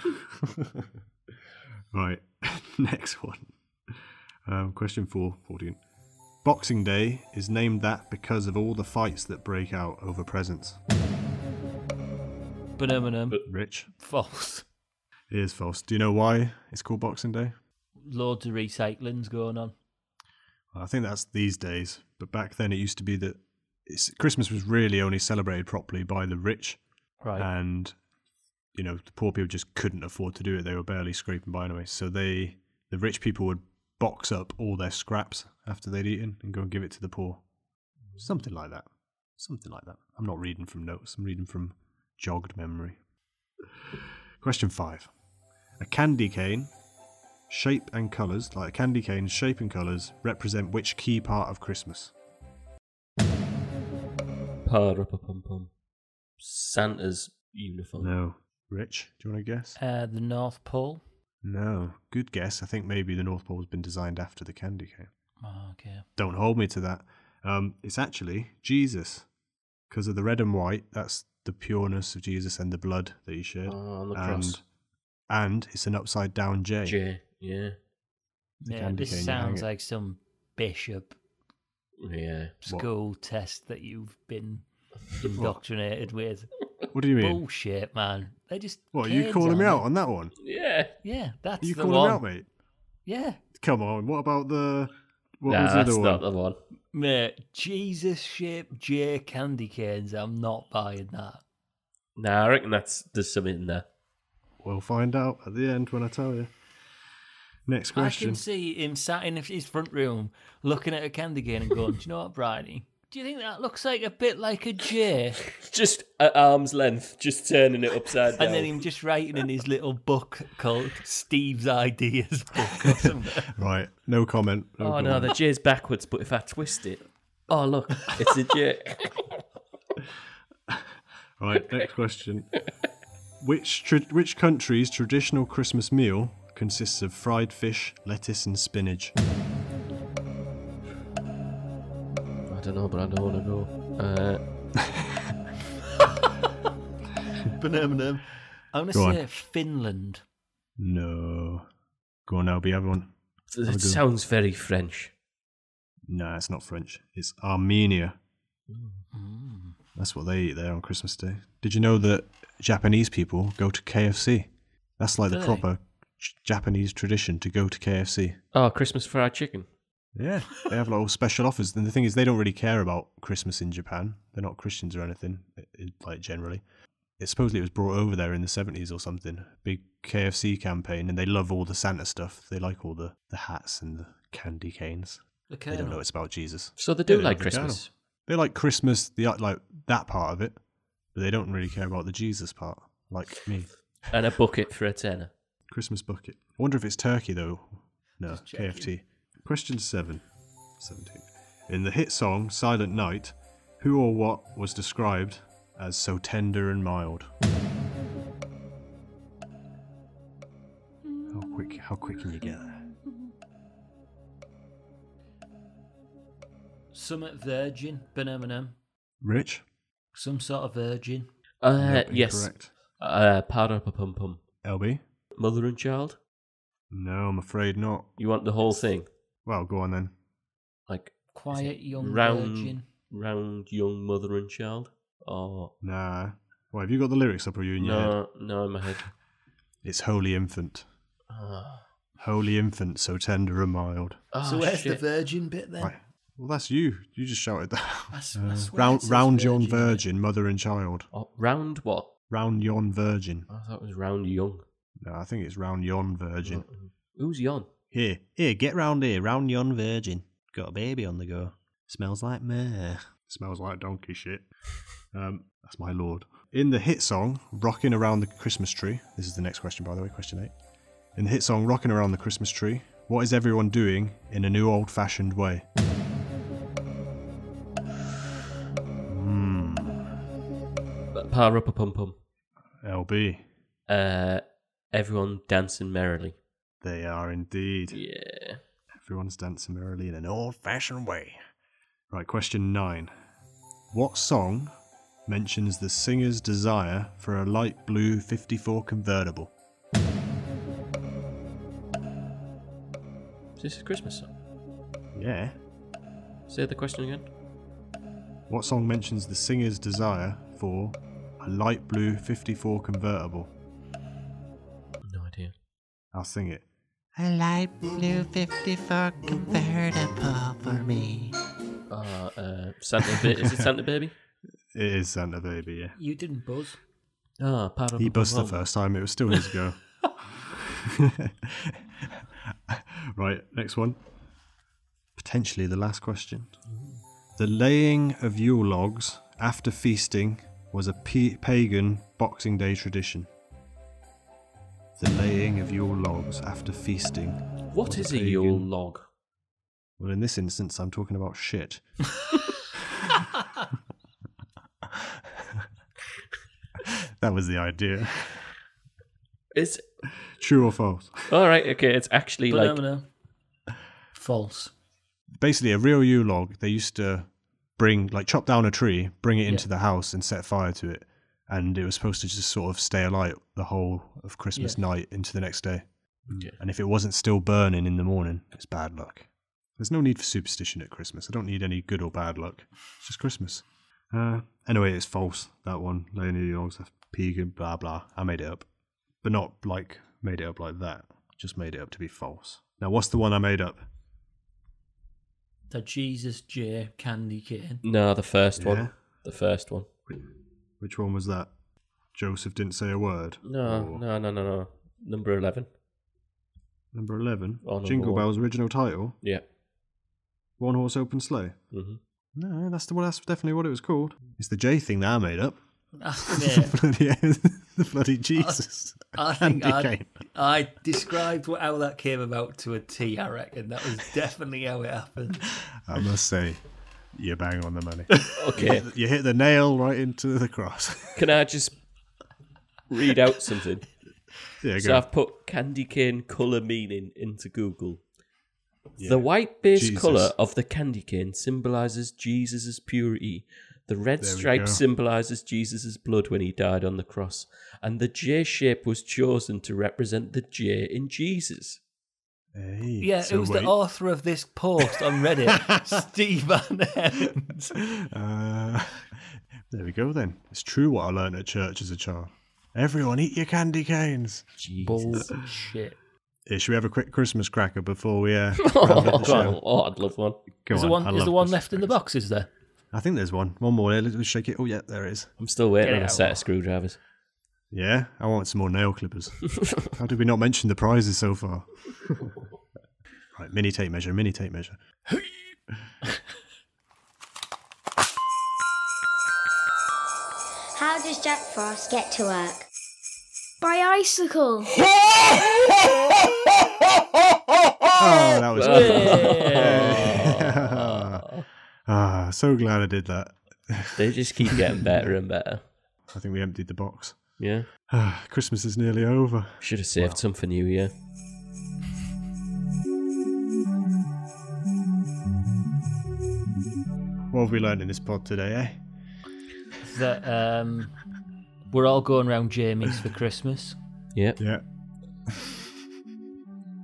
B: Right, next one. Um, question four, 14. Boxing Day is named that because of all the fights that break out over presents.
C: Phenomenon.
B: Rich,
C: False.
B: it is false. Do you know why it's called Boxing Day?
C: Loads of recycling's going on.
B: Well, I think that's these days, but back then it used to be that it's, Christmas was really only celebrated properly by the rich,
C: Right.
B: and you know the poor people just couldn't afford to do it. They were barely scraping by anyway, so they the rich people would box up all their scraps after they'd eaten and go and give it to the poor. Something like that. Something like that. I'm not reading from notes. I'm reading from jogged memory. Question five: A candy cane shape and colours, like a candy cane's shape and colours, represent which key part of Christmas?
G: Pa rapa pum pum. Santa's uniform.
B: No. Rich, do you want to guess?
C: uh, the North Pole.
B: No. Good guess. I think maybe the North Pole has been designed after the candy cane.
C: Oh, okay.
B: Don't hold me to that. Um, it's actually Jesus. Because of the red and white, that's the pureness of Jesus and the blood that he shed.
G: Oh, on the
B: and,
G: cross.
B: and it's an upside down J.
G: J. Yeah.
B: The
C: yeah,
B: candy
C: this
B: cane, you hang
C: sounds
B: it.
C: like some bishop
G: Yeah.
B: What?
C: school test that you've been indoctrinated with.
B: What do you mean?
C: Bullshit, man. They just.
B: what, are you
C: canes,
B: calling me out
C: aren't
B: on that one?
G: Yeah.
C: they? Yeah, that's
B: Are you
C: the
B: calling
C: one.
B: me out, mate?
C: Yeah,
B: Come on, what about the. What
G: nah,
B: was the
G: that's
B: other one?
G: not the one.
C: mate. Jesus shaped J candy canes. I'm not buying that.
G: Nah, I reckon that's there's something in there.
B: We'll find out at the end when I tell you. Next
C: I
B: question.
C: can see him sat in his front room looking at a candy cane and going, "Do you know what, Bridie? Do you think that looks like a bit like a J?"
G: Just at arm's length, just turning it upside down.
C: And then him just writing in his little book called Steve's Ideas Book or something.
B: Right, no comment. No
G: Oh
B: comment.
G: no, the J's backwards, but if I twist it, oh look, it's a J.
B: Right, next question. which tra- which country's traditional Christmas meal consists of fried fish, lettuce, and spinach?
G: I don't know, but I don't want to go. Uh,
C: Phenomenon. I'm gonna
B: Go on.
C: say Finland.
B: No. Go on, LB, everyone.
G: it
B: good.
G: sounds very French.
B: No, it's not French. It's Armenia. That's what they eat there on Christmas Day. Did you know that Japanese people go to KFC? That's like
C: Do
B: the
C: they?
B: proper j- Japanese tradition to go to KFC.
G: Oh, Christmas fried chicken.
B: Yeah, they have little special offers. And the thing is, they don't really care about Christmas in Japan. They're not Christians or anything, i- i- like generally. It supposedly it was brought over there in the seventies or something. Big KFC campaign, and they love all the Santa stuff. They like all the the hats and the candy canes.
C: The
B: They don't know
C: Colonel.
B: it's about Jesus.
G: So they
B: Yeah,
G: do
B: they
G: like
B: love the
G: Christmas.
B: They like Christmas, the like that part of it, but they don't really care about the Jesus part, like me.
G: And a bucket for a tenner.
B: Christmas bucket. I wonder if it's turkey though. No,
C: Just checking.
B: KFT. Question seven. 17. In the hit song Silent Night, who or what was described as so tender and mild? How quick how quick can you get there?
C: Summit Virgin. Phenomenon.
B: Rich?
C: Some sort of virgin.
G: Uh,
B: Nope,
G: yes.
B: incorrect.
G: Uh, para pa pum pum.
B: LB?
G: Mother and child.
B: No, I'm afraid not.
G: You want the whole thing,
B: Well, go on then.
G: like
C: Quiet young
G: round,
C: virgin.
G: round young mother and child. Oh, Or
B: Nah. Well, have you got the lyrics up or are you in your head?
G: no, no, in my head.
B: It's Holy Infant.
G: Ah.
B: Holy infant, so tender and mild.
C: Ah,
H: so where's the virgin bit then?
B: Right. Well, that's you. You just shouted that.
H: I s- I swear it
B: round,
H: says
B: round yon
H: in it.
B: virgin, mother and child.
E: Oh, round what?
B: Round yon virgin.
G: Oh,
E: I thought it was round young.
B: No, I think it's round yon virgin.
E: Who's yon?
B: Here, here, get round here, round yon virgin. Got a baby on the go. Smells like myrrh. Smells like donkey shit. Um, that's my lord. In the hit song, Rocking Around the Christmas Tree, this is the next question, by the way, question eight. In the hit song, Rocking Around the Christmas Tree, what is everyone doing in a new old fashioned way? Hmm,
E: Power up a pum pum.
B: LB.
E: Uh, everyone dancing merrily.
B: They are indeed.
E: Yeah.
B: Everyone's dancing merrily in an old fashioned way. Right, question nine. What song mentions the singer's desire for a light blue 54 convertible?
E: Is this a Christmas song?
B: Yeah.
E: Say the question again.
B: What song mentions the singer's desire for a light blue 54 convertible?
E: No idea.
B: I'll sing it.
I: A light blue 54 convertible for me.
E: Uh, uh, Santa ba- is it Santa Baby?
B: It is Santa Baby, yeah.
C: You didn't buzz.
E: Ah, power up
B: He
E: a
B: buzzed the
E: pum-pum.
B: first time. It was still his go. right, next one. Potentially the last question. The laying of Yule logs after feasting was a p- pagan Boxing Day tradition. The laying of Yule logs after feasting.
E: What
B: was
E: is a
B: pagan-
E: Yule log?
B: Well, in this instance, I'm talking about shit. that was the idea.
E: It's
B: True or false?
E: all right. Okay, it's actually
C: But
E: like
C: no, no. False.
B: basically a real Yule log. They used to bring like chop down a tree, bring it into the house, and set fire to it. And it was supposed to just sort of stay alight the whole of Christmas night into the next day.
E: Yeah.
B: And if it wasn't still burning in the morning, it's bad luck. There's no need for superstition at Christmas. I don't need any good or bad luck. It's just Christmas. Uh, anyway, it's false. That one, Lane of Yule logs, pagan, blah blah. I made it up, but not like made it up like that. Just made it up to be false. Now, what's the one I made up?
C: The Jesus J candy cane.
E: no, the first
B: Yeah.
E: one. The first one.
B: Which one was that? Joseph didn't say a word.
E: No,
B: Or
E: no, no, no, no. Number eleven.
B: Number eleven.
E: Or Oh, number
B: Jingle
E: one.
B: Bell's original title:
E: Yeah.
B: One Horse Open Sleigh.
E: hmm
B: No, that's the well, that's definitely what it was called. It's the J thing that I made up.
C: Yeah,
B: the, bloody, the bloody Jesus.
C: I think
B: Candy
C: I,
B: cane.
C: I described what- how that came about to a T. I reckon that was definitely how it happened.
B: I must say, you're bang on the money.
E: Okay.
B: you hit the nail right into the cross.
E: Can I just read out something?
B: there you
E: So
B: go.
E: I've put candy cane colour meaning into Google. The white base
B: Jesus.
E: colour of the candy cane symbolises Jesus' purity. The red
B: There we
E: stripe
B: go.
E: symbolises Jesus' blood when he died on the cross. And the J shape was chosen to represent the J in Jesus.
B: Hey,
C: Yeah,
B: so
C: it was
B: wait.
C: the author of this post on Reddit, Steve Van Hens.
B: Uh, there we go then. It's true what I learned at church as a child. Everyone eat your candy canes.
C: Bullshit.
B: Yeah, should we have a quick Christmas cracker before we uh,
E: Oh,
B: round up the show?
E: oh, I'd love one.
B: Go
C: Is the
B: on, I
C: one, is
B: love
C: the one
B: Christmas
C: left in the
B: crackers.
C: box, is there?
B: I think there's one. One more. Let's let's shake it. Oh, yeah, there is.
E: I'm still waiting
C: Get
E: on a
C: out.
E: set of screwdrivers.
B: Yeah, I want some more nail clippers. How did we not mention the prizes so far? right, mini tape measure, mini tape measure.
D: How does Jack Frost get to work?
J: By icicle.
B: Oh, that was
E: Yay.
B: ah, so glad I did that.
E: They just keep getting better and better.
B: I think we emptied the box.
E: Yeah.
B: Ah, Christmas is nearly over.
E: Should have saved some for New Year.
B: What have we learned in this pod today, eh?
C: That um, we're all going round Jamie's for Christmas.
E: Yeah.
B: Yeah.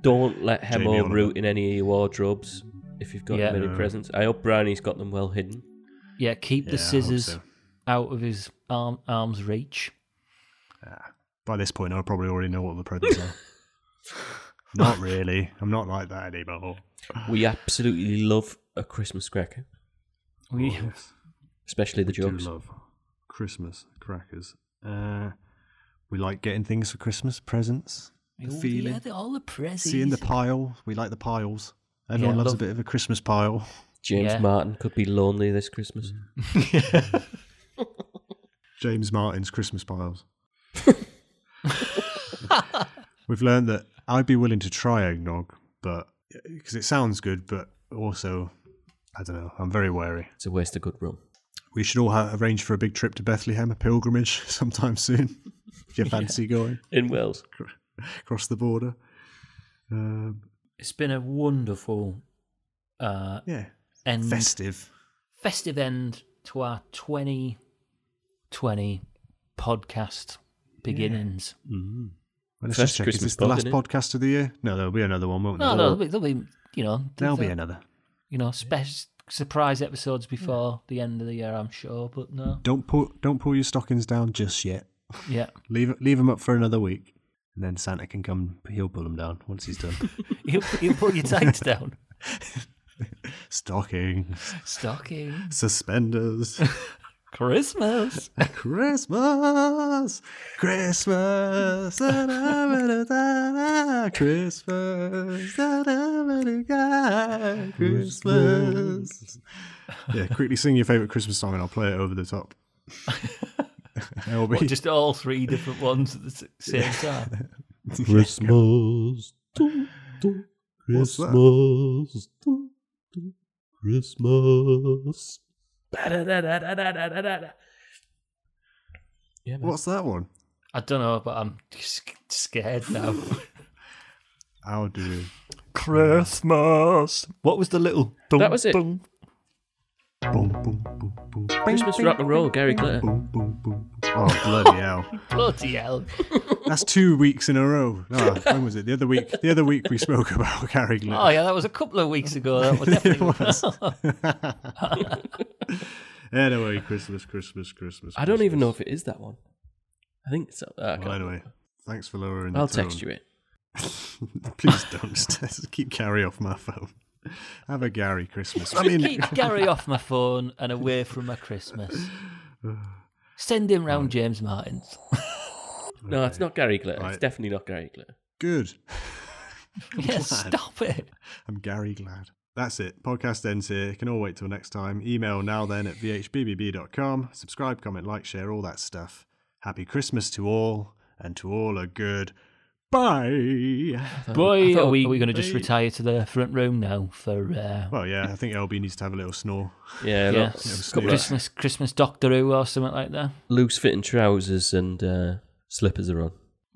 E: Don't let
B: Jamie
E: Hemo
B: Oliver.
E: root in any of your wardrobes if you've got
C: Yeah.
E: many
B: No.
E: presents. I hope Brownie's got them well hidden.
C: Yeah, keep
B: Yeah, I
C: the
B: hope
C: scissors
B: so.
C: out of his arm, arm's reach.
B: By this point, I probably already know what the presents are. Not really. I'm not like that anymore.
G: We absolutely love a Christmas cracker,
C: We,
G: especially the
B: We do
G: jokes.
B: love Christmas crackers. Uh, we like getting things for Christmas, presents, the feeling,
C: oh, all the presents.
B: seeing the pile. We like the piles. Everyone
C: Yeah,
B: loves
C: love-
B: a bit of a Christmas pile.
G: James
C: Yeah.
G: Martin could be lonely this Christmas.
B: Mm. James Martin's Christmas piles. We've learned that I'd be willing to try eggnog, but because it sounds good, but also, I don't know, I'm very wary.
G: It's a waste of good rum.
B: We should all ha arrange for a big trip to Bethlehem, a pilgrimage sometime soon. if you fancy going
G: In Wales,
B: across the border. Um,
C: It's been a wonderful uh,
B: yeah.
C: end,
B: Festive.
C: festive end to our 2020 podcast beginnings.
B: Let's
G: First
B: just check. is
G: Christmas
B: this the
G: pod,
B: last
G: isn't it?
B: podcast of the year? No, there'll be another one, won't
C: No,
B: there?
C: no, there'll be, there'll be, you know,
B: There'll be
C: the-
B: another.
C: you know, spe- surprise episodes before the end of the year, I'm sure. But no,
B: Don't pull, don't pull your stockings down just yet.
C: yeah,
B: Leave leave them up for another week, and then Santa can come. He'll pull them down once he's done.
C: you you put your tights down,
B: Stockings,
C: stocking,
B: suspenders,
C: Christmas.
B: Christmas, Christmas, da-da-ba-da-da-da, Christmas, da-da-ba-da-da, Christmas. Yeah, quickly sing your favorite Christmas song, and I'll play it over the top. It'll be
C: What, just all three different ones at the s- same time.
G: Christmas, dun, dun,
B: What's that?
G: Christmas, dun, dun, Christmas. Ba-da-da-da-da-da-da-da-da. Yeah, man.
B: what's that one?
C: I don't know, but I'm sc- scared now.
B: I'll do.
C: Christmas. What was the little?
G: That was it.
C: dun.
B: Boom, boom, boom, boom.
G: Christmas rock and roll, Gary Glitter.
B: Boom, boom, boom. Oh, bloody hell.
C: Bloody hell!
B: That's two weeks in a row. No, when was it? The other week. The other week we spoke about Gary Glitter.
C: Oh yeah, that was a couple of weeks ago. That was definitely.
B: anyway, Christmas, Christmas, Christmas.
G: I don't even know if it is that one. I think it's. Uh, I
B: Christmas.
G: can't-
B: Well, anyway, um, thanks for lowering.
G: I'll
B: the tone.
G: text you it.
B: Please don't. Just keep Gary off my phone. Have a Gary Christmas. I mean,
C: Keep Gary off my phone and away from my Christmas. Send him round James Martin's.
G: No, it's not Gary Glitter. It's
B: Right.
G: definitely not Gary Glitter.
B: good.
C: Yeah,
B: Glad.
C: stop it.
B: I'm Gary Glad. That's it. Podcast ends here. Can all wait till next time. Email now then at vhbbb.com. Subscribe, comment, like, share, all that stuff. Happy Christmas to all, and to all a good bye.
C: Boy,
G: thought
C: are we,
G: we-
C: are we going to just
B: Boy.
C: retire to the front room now for uh,
B: Well, yeah, I think LB needs to have a little snore.
G: Yeah,
C: yeah,
G: lots- couple of
C: Christmas, Christmas Doctor Who or something like that?
G: loose fitting trousers and uh, slippers are on.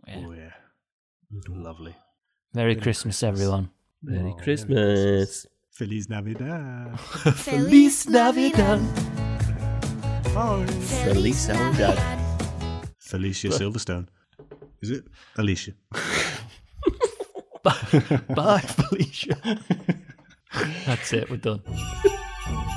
C: Yeah.
B: Oh, yeah. Lovely.
C: Merry Christmas, everyone.
G: Merry
B: Merry
G: Christmas.
B: Feliz Navidad.
F: Feliz Navidad.
B: Bye.
G: Feliz Navidad.
B: Felicia Silverstone. Is it? Alicia.
C: Bye, Felicia. That's it. We're done.